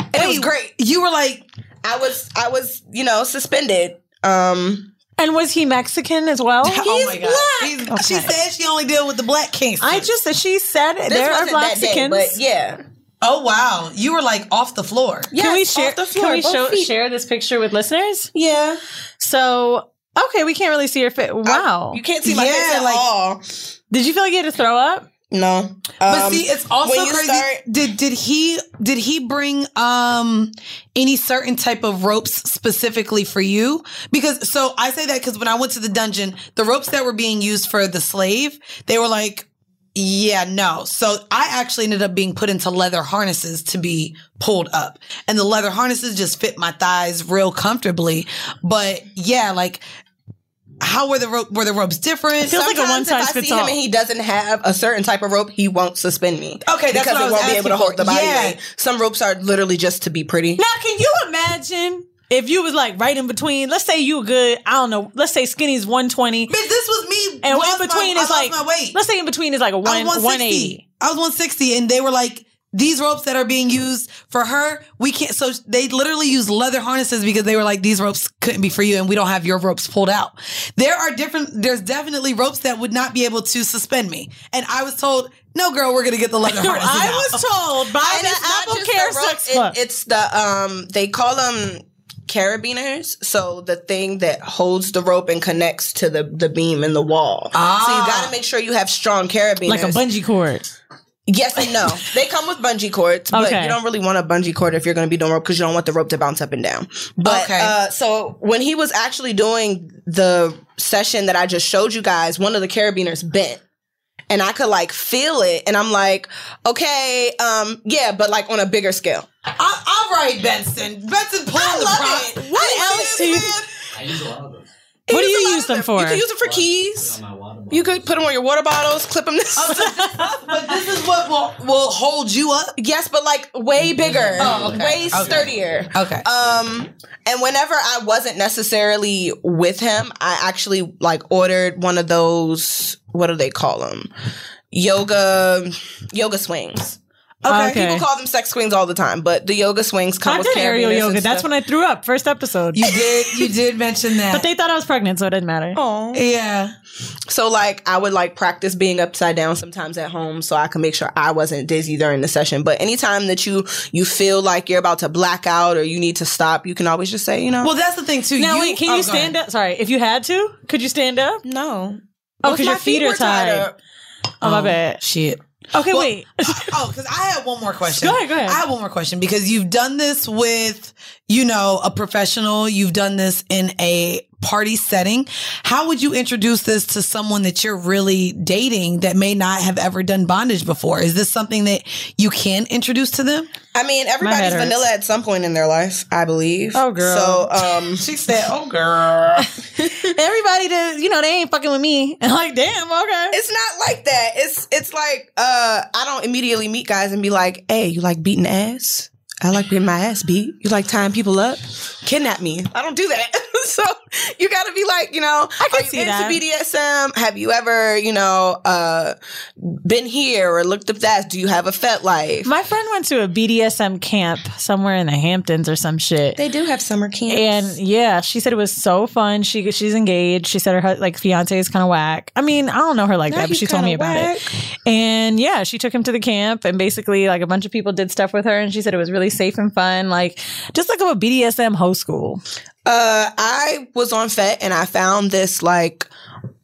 Speaker 4: And it was great.
Speaker 3: You were like,
Speaker 4: I was, I was, you know, suspended. Um,
Speaker 2: and was he Mexican as well?
Speaker 4: He's
Speaker 2: Oh my God.
Speaker 4: black.
Speaker 3: She said she only deal with the black kings.
Speaker 2: I just she said
Speaker 4: This
Speaker 2: there are
Speaker 4: wasn't that
Speaker 2: black
Speaker 4: day, but yeah.
Speaker 3: Oh wow, you were like off the floor.
Speaker 2: can we share? can we
Speaker 3: both
Speaker 2: show,
Speaker 3: feet.
Speaker 2: share this picture with listeners?
Speaker 4: Yeah.
Speaker 2: So okay, we can't really see your fit. Wow,
Speaker 4: you can't see my face at all.
Speaker 2: Did you feel like you had to throw up?
Speaker 4: No,
Speaker 3: But
Speaker 2: Um,
Speaker 3: see, it's also
Speaker 2: when you
Speaker 3: crazy.
Speaker 2: start-
Speaker 3: did did he did he bring um any certain type of ropes specifically for you? Because so I say that because when I went to the dungeon, the ropes that were being used for the slave, they were like, yeah, no. So I actually ended up being put into leather harnesses to be pulled up, and the leather harnesses just fit my thighs real comfortably. But yeah, like. How were the rope? Were the ropes different?
Speaker 4: Sometimes if I see him and he doesn't have a certain type of rope, he won't suspend me.
Speaker 3: Okay, that's
Speaker 4: because
Speaker 3: what I
Speaker 4: it
Speaker 3: was
Speaker 4: won't be able to
Speaker 3: asking
Speaker 4: hold the
Speaker 3: for.
Speaker 4: body
Speaker 3: Yeah.
Speaker 4: weight. Some ropes are literally just to be pretty.
Speaker 2: Now, can you imagine if you was like right in between? Let's say you good. I don't know. Let's say skinny's one twenty.
Speaker 3: But this was me.
Speaker 2: And
Speaker 3: lost
Speaker 2: in between
Speaker 3: my- I
Speaker 2: is
Speaker 3: lost
Speaker 2: like
Speaker 3: my weight.
Speaker 2: Let's say in between is like a
Speaker 3: I
Speaker 2: one
Speaker 3: was 160.
Speaker 2: eighty.
Speaker 3: I was 160, and they were like, these ropes that are being used for her, we can't. So they literally use leather harnesses because they were like, these ropes couldn't be for you, and we don't have your ropes pulled out. There are different, there's definitely ropes that would not be able to suspend me. And I was told, no, girl, we're going to get the leather harnesses.
Speaker 2: I
Speaker 3: out."
Speaker 2: was told by
Speaker 4: And
Speaker 2: the
Speaker 4: it's not
Speaker 2: Apple
Speaker 4: just
Speaker 2: Care
Speaker 4: the rope,
Speaker 2: sex
Speaker 4: it-
Speaker 2: club.
Speaker 4: It's the um they call them carabiners, so the thing that holds the rope and connects to the the beam in the wall. So you got to make sure you have strong carabiners.
Speaker 2: like a bungee cord.
Speaker 4: Yes and no. they come with bungee cords, but
Speaker 2: Okay.
Speaker 4: you don't really want a bungee cord if you're going to be doing rope because you don't want the rope to bounce up and down. But
Speaker 3: Okay.
Speaker 4: uh, so when he was actually doing the session that I just showed you guys, one of the carabiners bent. And I could like feel it, and I'm like, okay, um, yeah, but like on a bigger scale.
Speaker 3: all right, Benson. Benson pulled
Speaker 4: I
Speaker 3: the
Speaker 4: love
Speaker 3: prop.
Speaker 4: it. What else do you?
Speaker 8: I use a lot of those.
Speaker 2: What do you use them for?
Speaker 4: You could use them for keys. You could put them on your water bottles. Clip them. but
Speaker 3: Oh, this is what will, will hold you up.
Speaker 4: Yes, but like way bigger,
Speaker 3: Oh, okay.
Speaker 4: way
Speaker 3: Okay.
Speaker 4: sturdier.
Speaker 3: Okay.
Speaker 4: Um, and whenever I wasn't necessarily with him, I actually like ordered one of those. What do they call them? Yoga, yoga swings.
Speaker 2: Okay.
Speaker 4: People call them sex swings all the time, but the yoga swings come
Speaker 2: I
Speaker 4: with
Speaker 2: did aerial
Speaker 4: carabiners and
Speaker 2: yoga. That's
Speaker 4: stuff.
Speaker 2: when I threw up. First episode.
Speaker 3: You did. You did mention that.
Speaker 2: But they thought I was pregnant, so it didn't matter.
Speaker 4: Oh.
Speaker 3: Yeah.
Speaker 4: So like I would like practice being upside down sometimes at home so I can make sure I wasn't dizzy during the session. But anytime that you you feel like you're about to black out or you need to stop, you can always just say, you know.
Speaker 3: Well, that's the thing too.
Speaker 2: Now wait, can you stand up? Sorry, if you had to, could you stand up?
Speaker 4: No.
Speaker 2: Oh,
Speaker 3: Well, if
Speaker 2: because
Speaker 3: my
Speaker 2: your feet,
Speaker 3: feet
Speaker 2: are
Speaker 3: were tied
Speaker 2: tied.
Speaker 3: up.
Speaker 2: Oh my bad.
Speaker 3: Shit.
Speaker 2: Okay, wait.
Speaker 3: oh, because I have one more question.
Speaker 2: Go ahead, go ahead.
Speaker 3: I have one more question because you've done this with, you know, a professional. You've done this in a party setting. How would you introduce this to someone that you're really dating that may not have ever done bondage before? Is this something that you can introduce to them?
Speaker 4: I mean, everybody's
Speaker 3: hurts.
Speaker 4: vanilla at some point in their life, I believe.
Speaker 3: Oh, girl.
Speaker 4: So um
Speaker 3: She said, "Oh girl."
Speaker 2: Everybody does. You know, they ain't fucking with me. And like, damn, okay.
Speaker 4: It's not like that. It's it's like uh I don't immediately meet guys and be like, "Hey, you like beating ass?" I like being my ass beat. You like tying people up? Kidnap me. I don't do that. so you got to be like, you know, I can are you
Speaker 2: see
Speaker 4: into
Speaker 2: that.
Speaker 4: BDSM? Have you ever, you know, uh, been here or looked up that? Do you have a fet life?
Speaker 2: My friend went to a BDSM camp somewhere in the Hamptons or some shit.
Speaker 4: They do have summer camps.
Speaker 2: And yeah, she said it was so fun. She she's engaged. She said her hu- like fiance is kind of whack. I mean, I don't know her like
Speaker 4: Not
Speaker 2: that, but she
Speaker 4: you
Speaker 2: told me
Speaker 4: kinda
Speaker 2: about it. And yeah, she took him to the camp, and basically like a bunch of people did stuff with her, and she said it was really safe and fun, like just like a BDSM hoe school.
Speaker 4: Uh, I was on
Speaker 3: E
Speaker 4: FET and I found this like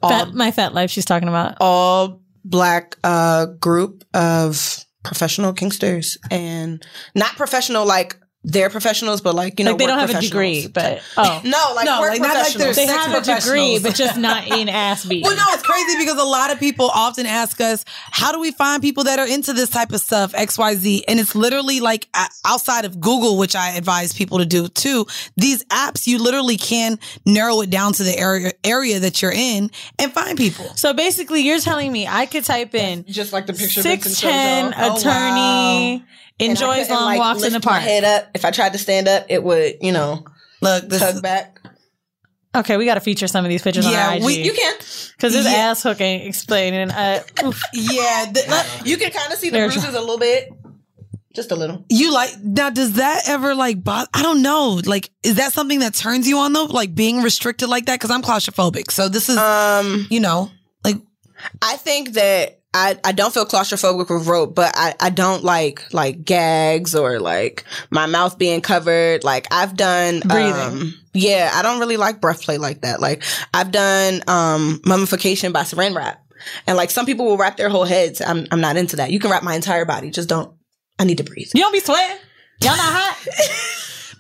Speaker 4: all,
Speaker 2: Fat, my fat life she's talking about.
Speaker 4: all black uh, group of professional kingsters and not professional like they're professionals, but like you know
Speaker 2: like they
Speaker 4: work
Speaker 2: don't have a
Speaker 4: professionals.
Speaker 2: degree, but oh
Speaker 4: No, like
Speaker 3: No,
Speaker 4: work
Speaker 3: like, not like
Speaker 4: professionals.
Speaker 3: they're
Speaker 2: they
Speaker 3: sex
Speaker 2: have a degree,
Speaker 3: professionals.
Speaker 2: but just not in ass beating.
Speaker 3: Well, no, it's crazy because a lot of people often ask us, how do we find people that are into this type of stuff, XYZ? And it's literally like o- outside of Google, which I advise people to do too. These apps, you literally can narrow it down to the area, area that you're in and find people.
Speaker 2: So basically, you're telling me I could type in
Speaker 4: just like the picture
Speaker 2: six
Speaker 4: Vincent
Speaker 2: ten
Speaker 4: shows up. Oh,
Speaker 2: attorney
Speaker 4: And I
Speaker 2: enjoys
Speaker 4: couldn't,
Speaker 2: long
Speaker 4: like,
Speaker 2: walks in the
Speaker 4: lift my
Speaker 2: park.
Speaker 4: head up. If I tried to stand up, it would you know
Speaker 3: Look, this
Speaker 4: tug back.
Speaker 2: Okay, we got to feature some of these pictures on
Speaker 3: Yeah,
Speaker 2: IG.
Speaker 3: we-
Speaker 4: You can.
Speaker 2: Because this
Speaker 3: Yeah.
Speaker 2: ass hook ain't explaining. Uh, oof.
Speaker 3: yeah, th- look,
Speaker 4: You can kind of see the
Speaker 2: They're
Speaker 4: bruises a little bit, just a little.
Speaker 3: you like now. Does that ever like bother? I don't know. Like, is that something that turns you on though? Like being restricted like that? Because I'm claustrophobic, so this is
Speaker 4: Um.
Speaker 3: you know, like
Speaker 4: I think that I, I don't feel claustrophobic with rope, but I, I don't like like gags or like my mouth being covered. Like I've done
Speaker 2: Breathing.
Speaker 4: um, yeah, I don't really like breath play like that. Like I've done um mummification by saran wrap. And like some people will wrap their whole heads. I'm I'm not into that. You can wrap my entire body. Just don't I need to breathe.
Speaker 2: you don't be sweating. Y'all not hot.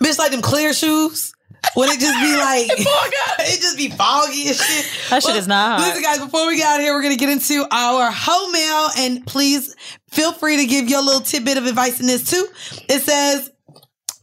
Speaker 3: bitch like them clear shoes. Would it just be like it just be foggy and shit?
Speaker 2: That shit is not hot.
Speaker 3: Listen, guys, before we get out of here, we're gonna get into our home mail and please feel free to give your little tidbit of advice in this too. It says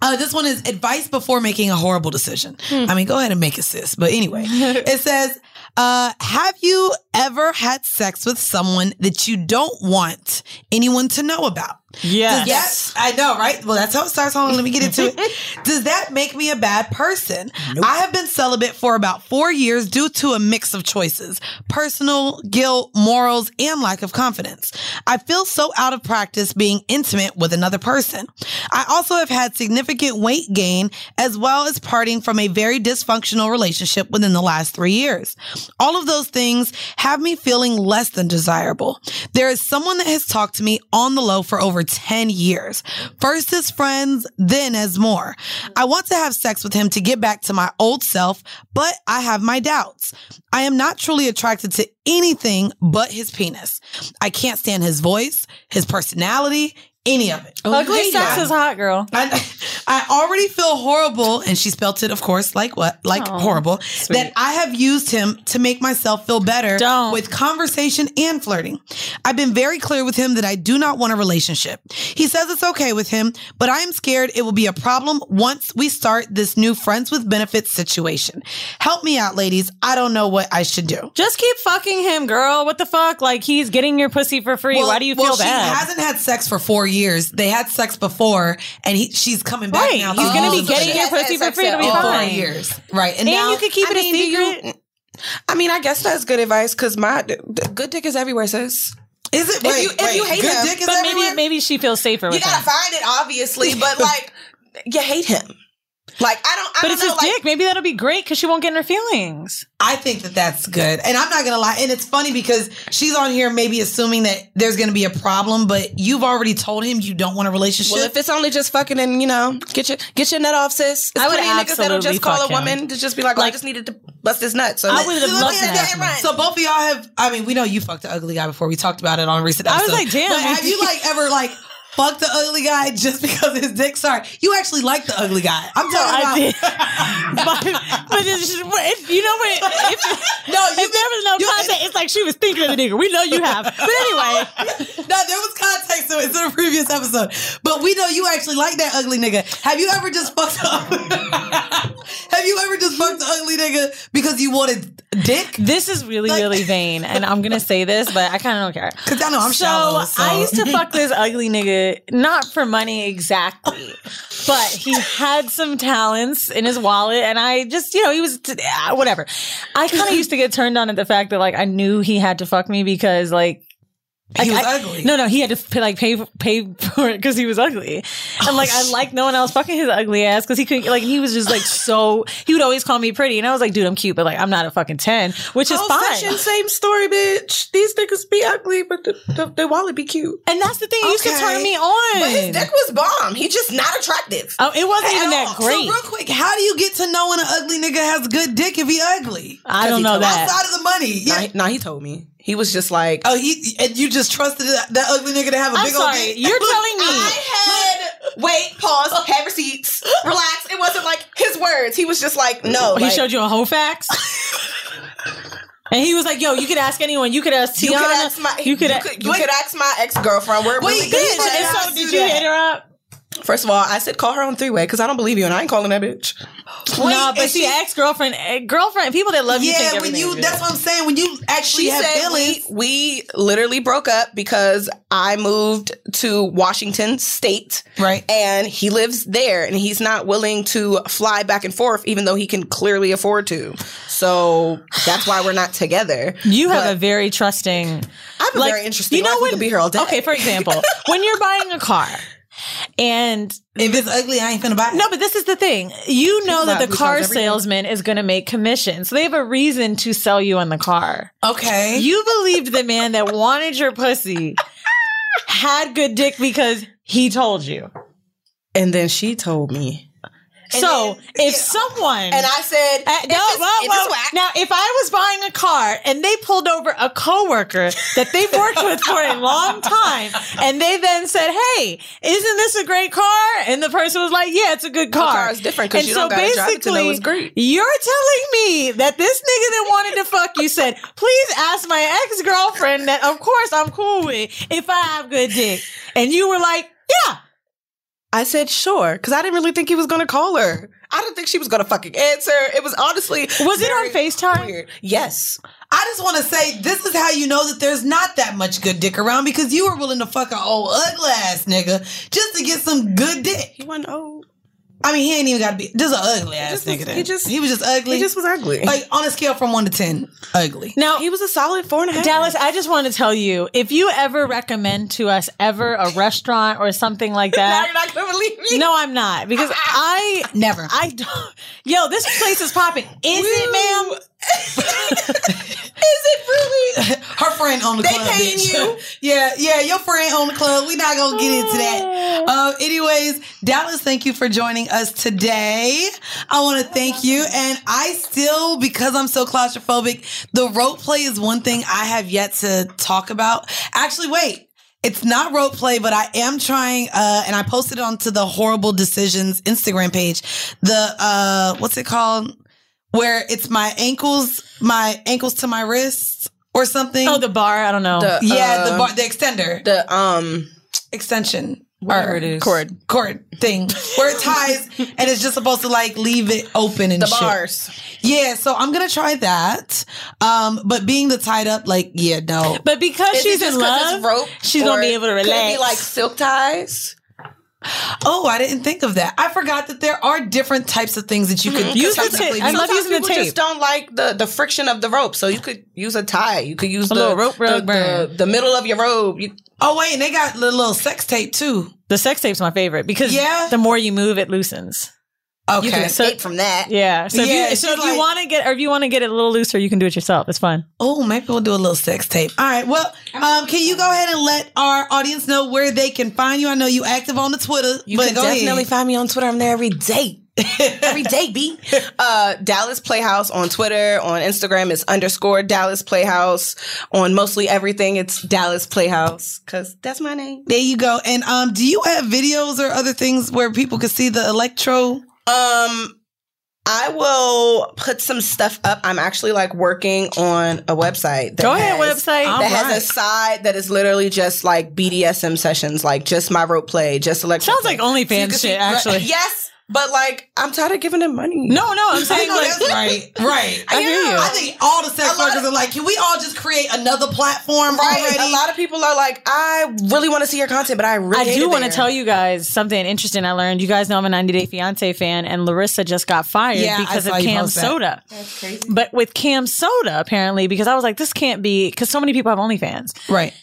Speaker 3: uh, this one is advice before making a horrible decision. I mean, go ahead and make it, sis. But anyway, it says, uh, Have you ever had sex with someone that you don't want anyone to know about?
Speaker 2: Yes.
Speaker 3: Does that, I know, right? Well, that's how it starts. Hold on, let me get into it. Does that make me a bad person? I have been celibate for about four years due to a mix of choices personal, guilt, morals, and lack of confidence. I feel so out of practice being intimate with another person. I also have had significant weight gain as well as parting from a very dysfunctional relationship within the last three years. All of those things have me feeling less than desirable. There is someone that has talked to me on the low for over 10 years. First as friends, then as more. I want to have sex with him to get back to my old self, but I have my doubts. I am not truly attracted to anything but his penis. I can't stand his voice, his personality, any of it.
Speaker 2: Ugly Oh, sex is hot, girl.
Speaker 3: I, I already feel horrible, and she spelt it, of course, like what, like
Speaker 2: Aw,
Speaker 3: horrible.
Speaker 2: sweet.
Speaker 3: That I have used him to make myself feel better
Speaker 2: Don't.
Speaker 3: with conversation and flirting. I've been very clear with him that I do not want a relationship. He says it's okay with him, but I am scared it will be a problem once we start this new friends with benefits situation. Help me out, ladies. I don't know what I should do.
Speaker 2: Just keep fucking him, girl. What the fuck? Like he's getting your pussy for free.
Speaker 3: Well-
Speaker 2: Why do you
Speaker 3: well,
Speaker 2: feel bad?
Speaker 3: She hasn't had sex for four years. They had sex before, and he, she's coming back
Speaker 2: Right.
Speaker 3: now.
Speaker 2: He's gonna be
Speaker 3: Oh,
Speaker 2: getting
Speaker 3: shit.
Speaker 2: your
Speaker 4: Yes,
Speaker 2: pussy
Speaker 4: yes,
Speaker 2: for free.
Speaker 4: yes,
Speaker 2: It'll be
Speaker 4: yes.
Speaker 3: all
Speaker 2: fine.
Speaker 3: four years, right?
Speaker 2: And,
Speaker 3: now,
Speaker 2: you can keep
Speaker 4: I
Speaker 2: it
Speaker 4: mean,
Speaker 2: a
Speaker 4: do you-
Speaker 2: secret.
Speaker 4: I mean, I guess that's good advice because my d- d- good dick is everywhere, sis.
Speaker 3: is
Speaker 4: if
Speaker 3: it
Speaker 4: you- if you hate
Speaker 3: good
Speaker 4: him,
Speaker 3: dick is
Speaker 2: but
Speaker 3: everywhere?
Speaker 2: maybe maybe she feels safer
Speaker 4: You
Speaker 2: with
Speaker 4: gotta
Speaker 2: him.
Speaker 4: find it, obviously, but like you hate him. Like I don't. I
Speaker 2: But
Speaker 4: don't
Speaker 2: it's
Speaker 4: know,
Speaker 2: his
Speaker 4: like,
Speaker 2: dick. Maybe that'll be great because she won't get in her feelings.
Speaker 3: I think that that's good, and I'm not gonna lie. And it's funny because she's on here maybe assuming that there's gonna be a problem, but you've already told him you don't want a relationship.
Speaker 4: Well, if it's only just fucking and you know, get your get your nut off, sis. It's
Speaker 2: I would
Speaker 4: plenty niggas that'll
Speaker 2: absolutely
Speaker 4: just call
Speaker 2: fuck
Speaker 4: a
Speaker 2: him.
Speaker 4: woman to just be like, oh, I
Speaker 2: Like-
Speaker 4: just needed to bust this nut. So
Speaker 2: I
Speaker 4: let-
Speaker 2: would have
Speaker 4: let me
Speaker 2: loved
Speaker 4: just
Speaker 2: that.
Speaker 4: get it right.
Speaker 3: so both of y'all have, I mean, we know you fucked the ugly guy before. We talked about it on a recent.
Speaker 2: I was
Speaker 3: Episode.
Speaker 2: like, damn.
Speaker 3: But have you like ever like fucked the ugly guy just because his dick? Sorry, you actually like the ugly guy. I'm talking about.
Speaker 2: I did. but, but it's just, but if, you know what? If,
Speaker 3: No,
Speaker 2: if
Speaker 3: you
Speaker 2: there was no
Speaker 3: you-
Speaker 2: contact, it's like she was thinking of the nigga. We know you have. But anyway,
Speaker 3: No, there was context to it in the previous episode. But we know you actually like that ugly nigga. Have you ever just fucked up? Have Have you ever just fucked an ugly nigga because you wanted dick?
Speaker 2: This is really, really vain, and I'm gonna say this, but I kind of don't care because
Speaker 3: I know I'm
Speaker 2: so,
Speaker 3: shallow, so.
Speaker 2: I used to fuck this ugly nigga, not for money exactly, but he had some talents in his wallet, and I just, you know, he was ah, whatever. I kind of used to get turned on at the fact that like I knew he had to fuck me because like
Speaker 3: He was
Speaker 2: I-
Speaker 3: ugly.
Speaker 2: No, no, he had to pay, like pay pay for it because he was ugly, and like I like no one else fucking his ugly ass because he could like he was just like so he would always call me pretty, and I was like, dude, I'm cute, but like I'm not a fucking ten, which is
Speaker 4: Old
Speaker 2: fine.
Speaker 4: fashioned, same story, bitch. These niggas be ugly, but the, the, their wallet be cute.
Speaker 2: And that's the thing. He used to turn me on.
Speaker 4: But his dick was bomb. He just not attractive.
Speaker 2: Oh, it wasn't even that great.
Speaker 3: So real quick, how do you get to know when an ugly nigga has good dick if he ugly?
Speaker 2: I don't know that.
Speaker 3: Outside of the money, yeah.
Speaker 4: Nah, he- nah, he told me. He was just like,
Speaker 3: Oh, he and you just trusted that, that ugly nigga to have a
Speaker 2: I'm
Speaker 3: big old
Speaker 2: sorry,
Speaker 3: dick.
Speaker 2: you're telling me.
Speaker 4: I had wait, pause, have receipts, relax. It wasn't like his words. He was just like, no.
Speaker 2: he
Speaker 4: like,
Speaker 2: showed you a whole fax. And he was like, "Yo, you could ask anyone. You could ask Tiana.
Speaker 4: You could ask my you could, you could, ask my ex girlfriend. We're
Speaker 2: Wait,
Speaker 4: really
Speaker 2: bitch,
Speaker 4: good
Speaker 2: and
Speaker 4: friends.
Speaker 2: so did you hit her up?
Speaker 4: First of all, I said call her on three way because I don't believe you, and I ain't calling that bitch.
Speaker 2: No, nah, but
Speaker 3: and
Speaker 2: see,
Speaker 3: she-
Speaker 2: ex girlfriend, girlfriend, people that love you.
Speaker 3: yeah,
Speaker 2: think
Speaker 3: when
Speaker 2: everything
Speaker 3: you
Speaker 2: is good.
Speaker 3: that's what I'm saying. When you actually
Speaker 4: She
Speaker 3: have
Speaker 4: said
Speaker 3: feelings,
Speaker 4: we, we literally broke up because I moved to Washington State,
Speaker 3: Right.
Speaker 4: And he lives there, and he's not willing to fly back and forth, even though he can clearly afford to. So that's why we're not together.
Speaker 2: You have a very trusting.
Speaker 4: I'm
Speaker 2: like,
Speaker 4: very interesting. You know, we
Speaker 2: when-
Speaker 4: could be here all day.
Speaker 2: Okay, for example, when you're buying a car, and
Speaker 3: if it's ugly, I ain't finna buy it.
Speaker 2: no, but this is the thing. You know that
Speaker 4: not
Speaker 2: the
Speaker 4: blue
Speaker 2: car
Speaker 4: cars every day.
Speaker 2: salesman is going to make commission, so they have a reason to sell you on the car.
Speaker 3: okay.
Speaker 2: You believed the man that wanted your pussy had good dick because he told you.
Speaker 4: and then she told me,
Speaker 2: so if someone
Speaker 4: and I said,
Speaker 2: Uh, no,
Speaker 4: it's-
Speaker 2: well,
Speaker 4: if it's
Speaker 2: well,
Speaker 4: whack-
Speaker 2: now if I was buying a car and they pulled over a coworker that they've worked with for a long time, and they then said, "Hey, isn't this a great car?" and the person was like, "Yeah, it's a good car."
Speaker 4: car is different 'cause
Speaker 2: And
Speaker 4: you don't gotta drive it to know it's great.
Speaker 2: You're telling me that this nigga that wanted to fuck you said, "Please ask my ex girlfriend that, of course, I'm cool with if I have good dick," and you were like, "Yeah."
Speaker 4: I said sure because I didn't really think he was going to call her. I didn't think she was going to fucking answer. It was honestly
Speaker 2: Was it on
Speaker 4: very
Speaker 2: FaceTime?
Speaker 4: weird. Yes,
Speaker 3: I just want to say this is how you know that there's not that much good dick around because you were willing to fuck an old ugly ass nigga just to get some good dick.
Speaker 4: he wasn't old.
Speaker 3: I mean, he ain't even got to be just an ugly ass
Speaker 4: just
Speaker 3: nigga.
Speaker 4: was-
Speaker 3: then.
Speaker 4: he just-
Speaker 3: he was just ugly.
Speaker 4: He just was ugly.
Speaker 3: like on a scale from one to ten, ugly.
Speaker 2: Now
Speaker 4: he was a solid four and a half.
Speaker 2: Dallas, I just want to tell you if you ever recommend to us ever a restaurant or something like
Speaker 4: now you're
Speaker 2: that.
Speaker 4: not going to believe me.
Speaker 2: No, I'm not because I
Speaker 3: Never.
Speaker 2: I don't. Yo, this place is popping. Is it, ma'am?
Speaker 4: Is it really?
Speaker 3: Her friend on the
Speaker 4: They
Speaker 3: club.
Speaker 4: paying
Speaker 3: bitch.
Speaker 4: you?
Speaker 3: yeah, yeah, your friend on the club. we not gonna get into
Speaker 2: Oh.
Speaker 3: that. Uh, anyways, Dallas, thank you for joining us today. I wanna thank you. And I still, because I'm so claustrophobic, the rope play is one thing I have yet to talk about. Actually, wait. It's not rope play, but I am trying, uh, and I posted it onto the Horrible Decisions Instagram page. The, uh, what's it called? Where it's my ankles, my ankles to my wrists or something.
Speaker 2: Oh, the bar. I don't know.
Speaker 4: The-
Speaker 3: Yeah, the
Speaker 4: Uh,
Speaker 3: bar, the extender, the
Speaker 4: The um
Speaker 3: extension,
Speaker 2: Whatever
Speaker 3: or
Speaker 2: it is.
Speaker 3: cord, cord thing, where it ties, and it's just supposed to like leave it open and
Speaker 4: the
Speaker 3: shit.
Speaker 4: bars.
Speaker 3: Yeah, so I'm gonna try that. Um, but being the tied up, like, yeah, no,
Speaker 2: but because
Speaker 4: Is it
Speaker 2: she's
Speaker 4: just
Speaker 2: in
Speaker 4: 'cause
Speaker 2: love,
Speaker 4: it's rope,
Speaker 2: she's gonna
Speaker 4: or
Speaker 2: be able to
Speaker 4: could it be,
Speaker 2: relax.
Speaker 4: like silk ties.
Speaker 3: oh, I didn't think of that. I forgot that there are different types of things that you could
Speaker 2: Use the
Speaker 3: technically
Speaker 2: tape. I
Speaker 3: do.
Speaker 2: love
Speaker 4: Sometimes
Speaker 2: using the
Speaker 4: people
Speaker 2: tape.
Speaker 4: just don't like the, the friction of the rope, so you could use a tie. You could use
Speaker 2: A
Speaker 4: the,
Speaker 2: little rope
Speaker 4: the,
Speaker 2: rug burn.
Speaker 4: the- the middle of your robe. You,
Speaker 3: Oh wait, and they got the little sex tape too.
Speaker 2: the sex tape's my favorite because
Speaker 3: Yeah.
Speaker 2: the more you move, it loosens.
Speaker 3: Okay,
Speaker 4: you can escape from that.
Speaker 2: Yeah. So if
Speaker 3: Yeah,
Speaker 2: you,
Speaker 3: it's
Speaker 2: so if
Speaker 3: just
Speaker 2: you
Speaker 3: like-
Speaker 2: want to get or if you want to get it a little looser, you can do it yourself. It's fun.
Speaker 3: Oh, maybe we'll do a little sex tape. All right. Well, um, can you go ahead and let our audience know where they can find you? I know you active on the Twitter.
Speaker 4: You
Speaker 3: but
Speaker 4: can
Speaker 3: go
Speaker 4: definitely
Speaker 3: ahead.
Speaker 4: find me on Twitter. I'm there every day. every day, B. Uh, Dallas Playhouse on Twitter. On Instagram, it's underscore Dallas Playhouse. On mostly everything, it's Dallas Playhouse because that's my name.
Speaker 3: There you go. And um, do you have videos or other things where people can see the electro?
Speaker 4: Um, I will put some stuff up. I'm actually like working on a website. That
Speaker 2: Go ahead,
Speaker 4: has-
Speaker 2: website.
Speaker 4: That has a side that is literally just like BDSM sessions, like just my rope play, just electric.
Speaker 2: Sounds like
Speaker 4: play.
Speaker 2: OnlyFans
Speaker 4: You can see-
Speaker 2: shit, actually.
Speaker 4: Yes. But like, I'm tired of giving them money.
Speaker 3: No, no, I'm saying like, right, right.
Speaker 4: I hear you.
Speaker 3: I think all the sex workers are like, can we all just create another platform
Speaker 4: Right.
Speaker 3: already?
Speaker 4: A lot of people are like, I really want to see your content, but I really
Speaker 2: I do want to
Speaker 4: you.
Speaker 2: tell you guys something interesting I learned. You guys know I'm a 90 Day Fiance fan, and Larissa just got fired
Speaker 3: Yeah, I
Speaker 2: because of
Speaker 3: saw you
Speaker 2: Cam
Speaker 3: post that.
Speaker 2: Soda.
Speaker 4: That's crazy.
Speaker 2: But with Cam Soda, apparently, because I was like, this can't be, because so many people have OnlyFans.
Speaker 3: Right.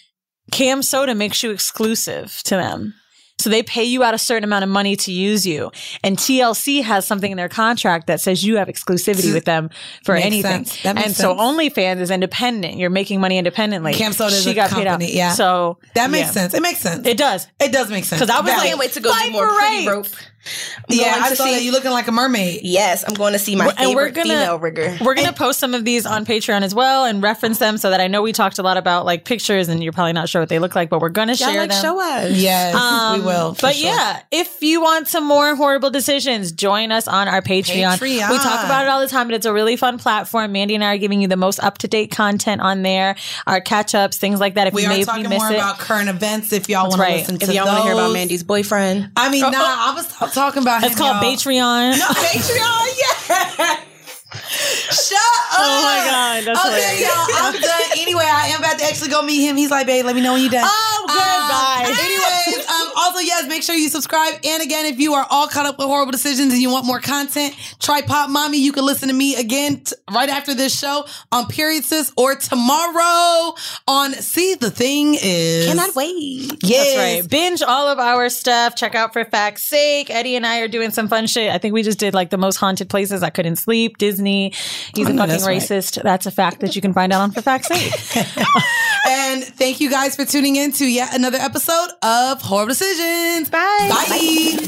Speaker 2: Cam Soda makes you exclusive to them. So they pay you out a certain amount of money to use you. And TLC has something in their contract that says you have exclusivity with them for
Speaker 3: Makes
Speaker 2: anything.
Speaker 3: sense. That makes
Speaker 2: and so
Speaker 3: sense.
Speaker 2: OnlyFans is independent. You're making money independently.
Speaker 3: Cam Soda is
Speaker 2: She
Speaker 3: a
Speaker 2: got paid out.
Speaker 3: company, yeah.
Speaker 2: So
Speaker 3: That makes
Speaker 2: yeah.
Speaker 3: sense. It makes sense.
Speaker 2: It does.
Speaker 3: It does make sense.
Speaker 2: Because I was
Speaker 3: That-
Speaker 2: like,
Speaker 4: can't wait to go do
Speaker 2: fight
Speaker 4: more
Speaker 2: for
Speaker 4: pretty
Speaker 2: rights.
Speaker 4: rope. I'm
Speaker 3: yeah,
Speaker 4: going
Speaker 3: I
Speaker 4: to
Speaker 3: saw
Speaker 4: see-
Speaker 3: that you looking like a mermaid.
Speaker 4: Yes, I'm going to see my
Speaker 2: Well,
Speaker 4: favorite female rigger.
Speaker 2: We're gonna post some of these on Patreon as well and reference them so that I know we talked a lot about like pictures and you're probably not sure what they look like, but we're gonna
Speaker 4: Y'all
Speaker 2: share
Speaker 4: like
Speaker 2: them.
Speaker 4: show us.
Speaker 3: Yes,
Speaker 2: Um,
Speaker 3: we will. for
Speaker 2: But
Speaker 3: sure.
Speaker 2: yeah, if you want some more horrible decisions, join us on our Patreon.
Speaker 3: Patreon.
Speaker 2: We talk about it all the time, but it's a really fun platform. Mandy and I are giving you the most up to date content on there, our catch ups, things like that. If
Speaker 3: we
Speaker 2: you
Speaker 3: are
Speaker 2: maybe
Speaker 3: talking
Speaker 2: miss
Speaker 3: more
Speaker 2: it,
Speaker 3: about current events. If y'all want
Speaker 2: right.
Speaker 3: to listen to
Speaker 4: If y'all
Speaker 3: want to
Speaker 4: hear about Mandy's boyfriend, Oh,
Speaker 3: I mean, nah, I was t- talking about.
Speaker 2: it's
Speaker 3: him,
Speaker 2: called
Speaker 3: y'all.
Speaker 2: Patreon.
Speaker 3: Patreon, yeah. Shut up.
Speaker 2: Oh my God, that's
Speaker 3: Okay,
Speaker 2: hilarious.
Speaker 3: y'all, I'm done. Anyway, I am about to actually go meet him. He's like, babe, let me know when you're done. Um,
Speaker 2: Oh, goodbye.
Speaker 3: anyways, um, also, yes, make sure you subscribe. And again, if you are all caught up with horrible decisions and you want more content, try Pop Mommy. You can listen to me again t- right after this show on Period Sis or tomorrow on See the Thing Is.
Speaker 4: cannot wait.
Speaker 3: Yes.
Speaker 2: That's right. Binge all of our stuff. Check out for fact's sake. Eddie and I are doing some fun shit. I think we just did like the most haunted places. I couldn't sleep. Disney. He's a
Speaker 3: know
Speaker 2: fucking
Speaker 3: Oh, that's right.
Speaker 2: racist. That's a fact that you can find out on for fact's sake.
Speaker 3: And thank you guys for tuning in to yet another episode of Horrible Decisions. Bye. Bye.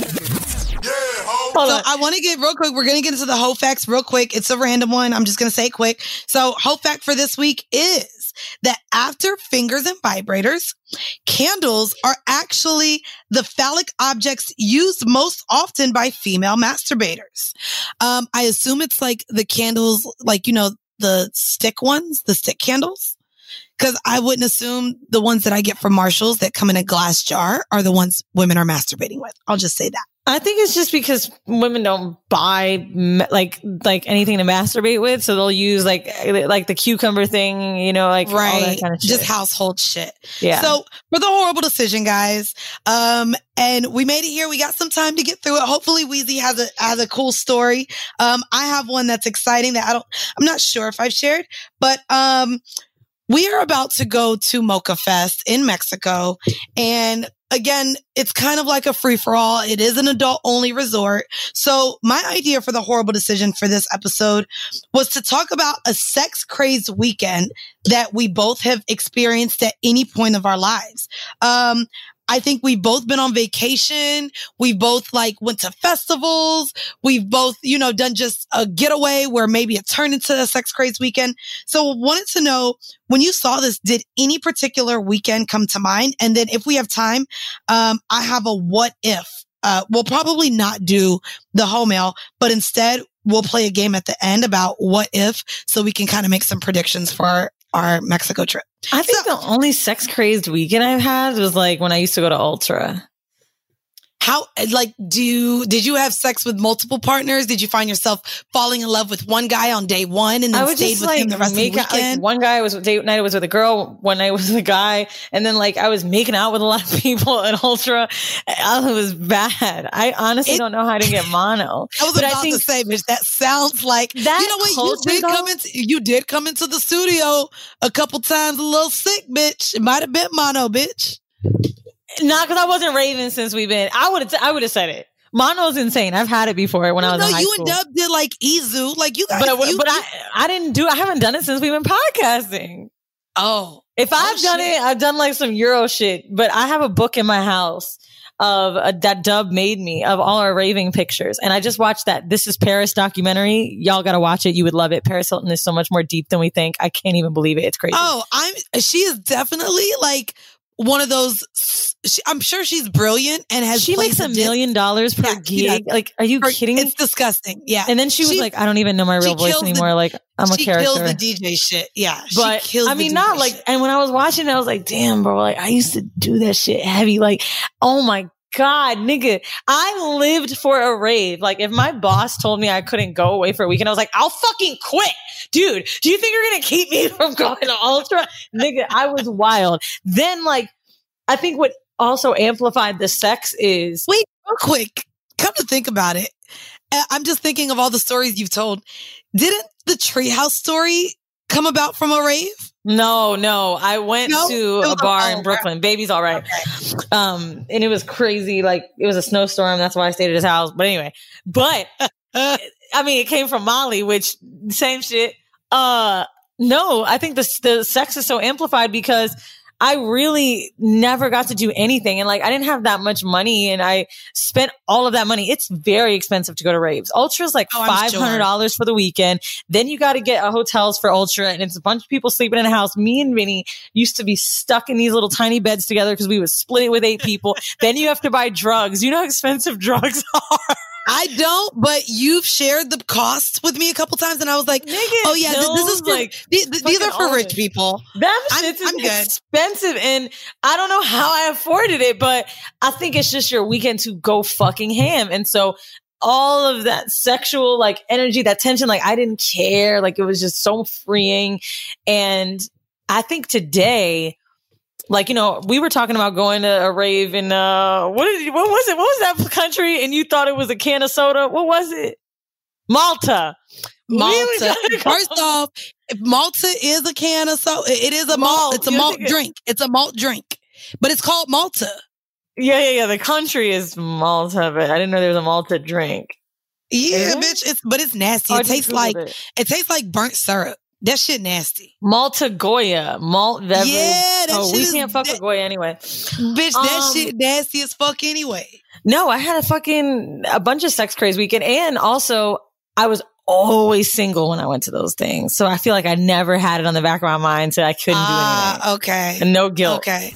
Speaker 2: Hold
Speaker 3: so
Speaker 2: on.
Speaker 3: I want to get real quick. We're gonna get into the whole facts real quick. It's a random one. I'm just gonna say it quick. So whole fact for this week is that after fingers and vibrators, candles are actually the phallic objects used most often by female masturbators. Um, I assume it's like the candles, like you know the stick ones, the stick candles. Because I wouldn't assume the ones that I get from Marshalls that come in a glass jar are the ones women are masturbating with. I'll just say that.
Speaker 2: I think it's just because women don't buy m- like like anything to masturbate with, so they'll use like like the cucumber thing, you know, like right. all that kind of shit.
Speaker 3: Just household shit.
Speaker 2: yeah.
Speaker 3: So for the horrible decision, guys. Um, and we made it here. We got some time to get through it. Hopefully, Wheezy has a has a cool story. Um, I have one that's exciting that I don't. I'm not sure if I've shared, but um, we are about to go to Mocha Fest in Mexico, and. Again, it's kind of like a free for all. It is an adult only resort. So my idea for the horrible decision for this episode was to talk about a sex crazed weekend that we both have experienced at any point of our lives. Um, I think we've both been on vacation. We both like went to festivals. We've both, you know, done just a getaway where maybe it turned into a sex craze weekend. So wanted to know when you saw this, did any particular weekend come to mind? And then if we have time, um, I have a what if. Uh, we'll probably not do the whole mail, but instead we'll play a game at the end about what if so we can kind of make some predictions for our, our Mexico trip.
Speaker 2: I think
Speaker 3: so-
Speaker 2: the only sex crazed weekend I've had was like when I used to go to Ultra.
Speaker 3: How like do you did you have sex with multiple partners? Did you find yourself falling in love with one guy on day one and
Speaker 2: I
Speaker 3: then
Speaker 2: would
Speaker 3: stayed
Speaker 2: just
Speaker 3: with
Speaker 2: like
Speaker 3: him the rest of the
Speaker 2: make out- like,
Speaker 3: weekend?
Speaker 2: one guy was date night was with a girl, one night was with a guy, and then like I was making out with a lot of people at Ultra. I, it was bad. I honestly
Speaker 3: It-
Speaker 2: don't know how to get mono.
Speaker 3: I was
Speaker 2: but I
Speaker 3: about
Speaker 2: think-
Speaker 3: to say, bitch, that sounds like
Speaker 2: That
Speaker 3: you know what
Speaker 2: culture,
Speaker 3: you did
Speaker 2: though-
Speaker 3: come into you did come into the studio a couple times a little sick, bitch. It might have been mono, bitch.
Speaker 2: Not because I wasn't raving since we've been. I would have. I would have said it. Mono's insane. I've had it before when I was
Speaker 3: no,
Speaker 2: in high
Speaker 3: you
Speaker 2: school.
Speaker 3: and Dub did like Izu, like you guys.
Speaker 2: but
Speaker 3: you,
Speaker 2: but
Speaker 3: you-
Speaker 2: I I didn't do. I haven't done it since we've been podcasting.
Speaker 3: oh,
Speaker 2: If
Speaker 3: Oh,
Speaker 2: I've done
Speaker 3: shit.
Speaker 2: it, I've done like some Euro shit, but I have a book in my house of uh, that dub made me of all our raving pictures. And I just watched that This is Paris documentary. Y'all got to watch it. You would love it. Paris Hilton is so much more deep than we think. I can't even believe it. It's crazy.
Speaker 3: Oh, I'm. She is definitely like one of those. She, I'm sure she's brilliant and has.
Speaker 2: she makes
Speaker 3: plays
Speaker 2: a
Speaker 3: dis-
Speaker 2: million dollars per
Speaker 3: Yeah, she does.
Speaker 2: gig. Like, are you
Speaker 3: Her-
Speaker 2: kidding me?
Speaker 3: It's disgusting. Yeah,
Speaker 2: And then she was
Speaker 3: she-
Speaker 2: like, I don't even know my
Speaker 3: she
Speaker 2: real voice
Speaker 3: kills the-
Speaker 2: anymore. like, I'm a
Speaker 3: she
Speaker 2: character.
Speaker 3: kills the DJ shit. Yeah, she
Speaker 2: but
Speaker 3: kills
Speaker 2: I
Speaker 3: the
Speaker 2: mean,
Speaker 3: DJ
Speaker 2: not like.
Speaker 3: shit.
Speaker 2: And when I was watching, it, I was like, "Damn, bro! Like I used to do that shit heavy. Like, oh my God, nigga, I lived for a rave. Like, if my boss told me I couldn't go away for a weekend, I was like, I'll fucking quit. Dude, do you think you're going to keep me from going to Ultra? nigga, I was wild. Then, like, I think what also amplified the sex is.
Speaker 3: Wait, real quick. Come to think about it, uh, I'm just thinking of all the stories you've told. Didn't the treehouse story come about from a rave?
Speaker 2: No, no. I went
Speaker 3: No? It
Speaker 2: to
Speaker 3: was oh,
Speaker 2: a bar
Speaker 3: all
Speaker 2: in
Speaker 3: over.
Speaker 2: Brooklyn. Baby's all right. Um, and it was crazy. Like it was a snowstorm. That's why I stayed at his house. But anyway, but I mean, it came from Molly, which same shit. Uh, no, I think the the sex is so amplified because I really never got to do anything, and like I didn't have that much money, and I spent all of that money. It's very expensive to go to raves. Ultra's like
Speaker 3: Oh, I'm
Speaker 2: five
Speaker 3: sure.
Speaker 2: hundred dollars for the weekend. Then you got to get uh, hotels for Ultra, and it's a bunch of people sleeping in a house. Me and Minnie used to be stuck in these little tiny beds together because we would split it with eight people. then you have to buy drugs. You know how expensive drugs are.
Speaker 3: I don't, but you've shared the cost with me a couple times, and I was like, "Oh yeah, th- this is
Speaker 2: knows,
Speaker 3: for,
Speaker 2: like,
Speaker 3: like these are
Speaker 2: fucking
Speaker 3: for
Speaker 2: all
Speaker 3: rich
Speaker 2: of it.
Speaker 3: people."
Speaker 2: That
Speaker 3: I'm-
Speaker 2: shit's
Speaker 3: I'm good.
Speaker 2: expensive, and I don't know how I afforded it, but I think it's just your weekend to go fucking ham, and so all of that sexual like energy, that tension, like I didn't care, like it was just so freeing, and I think today. Like you know, we were talking about going to a rave in uh, what did you, what was it? What was that country? And you thought it was a can of soda? What was it? Malta. We were
Speaker 3: Malta.
Speaker 2: trying to go-
Speaker 3: First off, Malta is a can of so it is a malt.
Speaker 2: Malt.
Speaker 3: It's a
Speaker 2: You
Speaker 3: malt
Speaker 2: think it-
Speaker 3: drink. It's a malt drink, but it's called Malta.
Speaker 2: Yeah, yeah, yeah. The country is Malta, but I didn't know there was a Malta drink.
Speaker 3: Yeah,
Speaker 2: Is it?
Speaker 3: bitch. It's but it's nasty.
Speaker 2: Oh, I
Speaker 3: It
Speaker 2: just
Speaker 3: tastes like
Speaker 2: Googled it.
Speaker 3: it tastes like burnt syrup. That shit nasty,
Speaker 2: Malta Goya, malt beverage.
Speaker 3: Yeah, that
Speaker 2: oh,
Speaker 3: shit
Speaker 2: we
Speaker 3: is-
Speaker 2: can't fuck with Goya anyway.
Speaker 3: bitch. that
Speaker 2: Um,
Speaker 3: shit nasty as fuck anyway.
Speaker 2: No, I had a fucking a bunch of sex craze weekend, and also I was always single when I went to those things, so I feel like I never had it on the back of my mind that I couldn't do
Speaker 10: Uh,
Speaker 2: anything.
Speaker 3: Ah, okay.
Speaker 2: And no guilt.
Speaker 3: Okay.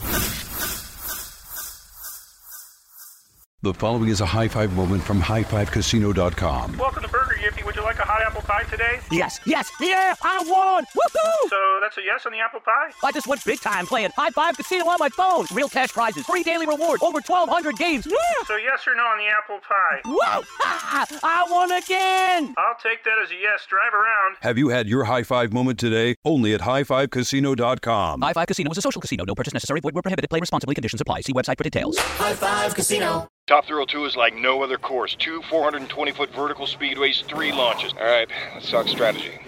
Speaker 6: The following is a high five moment from highfivecasino.com.
Speaker 7: Welcome to Burger Yippee. Would you like a hot apple pie today?
Speaker 10: Yes, yes, yeah, I won! Woohoo!
Speaker 7: So that's a yes on the apple pie?
Speaker 10: I just went big time playing High Five Casino on my phone. Real cash prizes, free daily rewards, over 1,200 games. Woo!
Speaker 7: So yes or no on the apple pie?
Speaker 10: Whoa! Ah, I won again!
Speaker 7: I'll take that as a yes. Drive around.
Speaker 6: Have you had your high five moment today? Only at highfivecasino.com.
Speaker 10: High Five Casino is a social casino. No purchase necessary. Void where prohibited. Play responsibly. Conditions apply. See website for details.
Speaker 11: High Five Casino.
Speaker 12: Top Thrill 2 is like no other course. Two 420 foot vertical speedways, three launches. All right, let's talk strategy.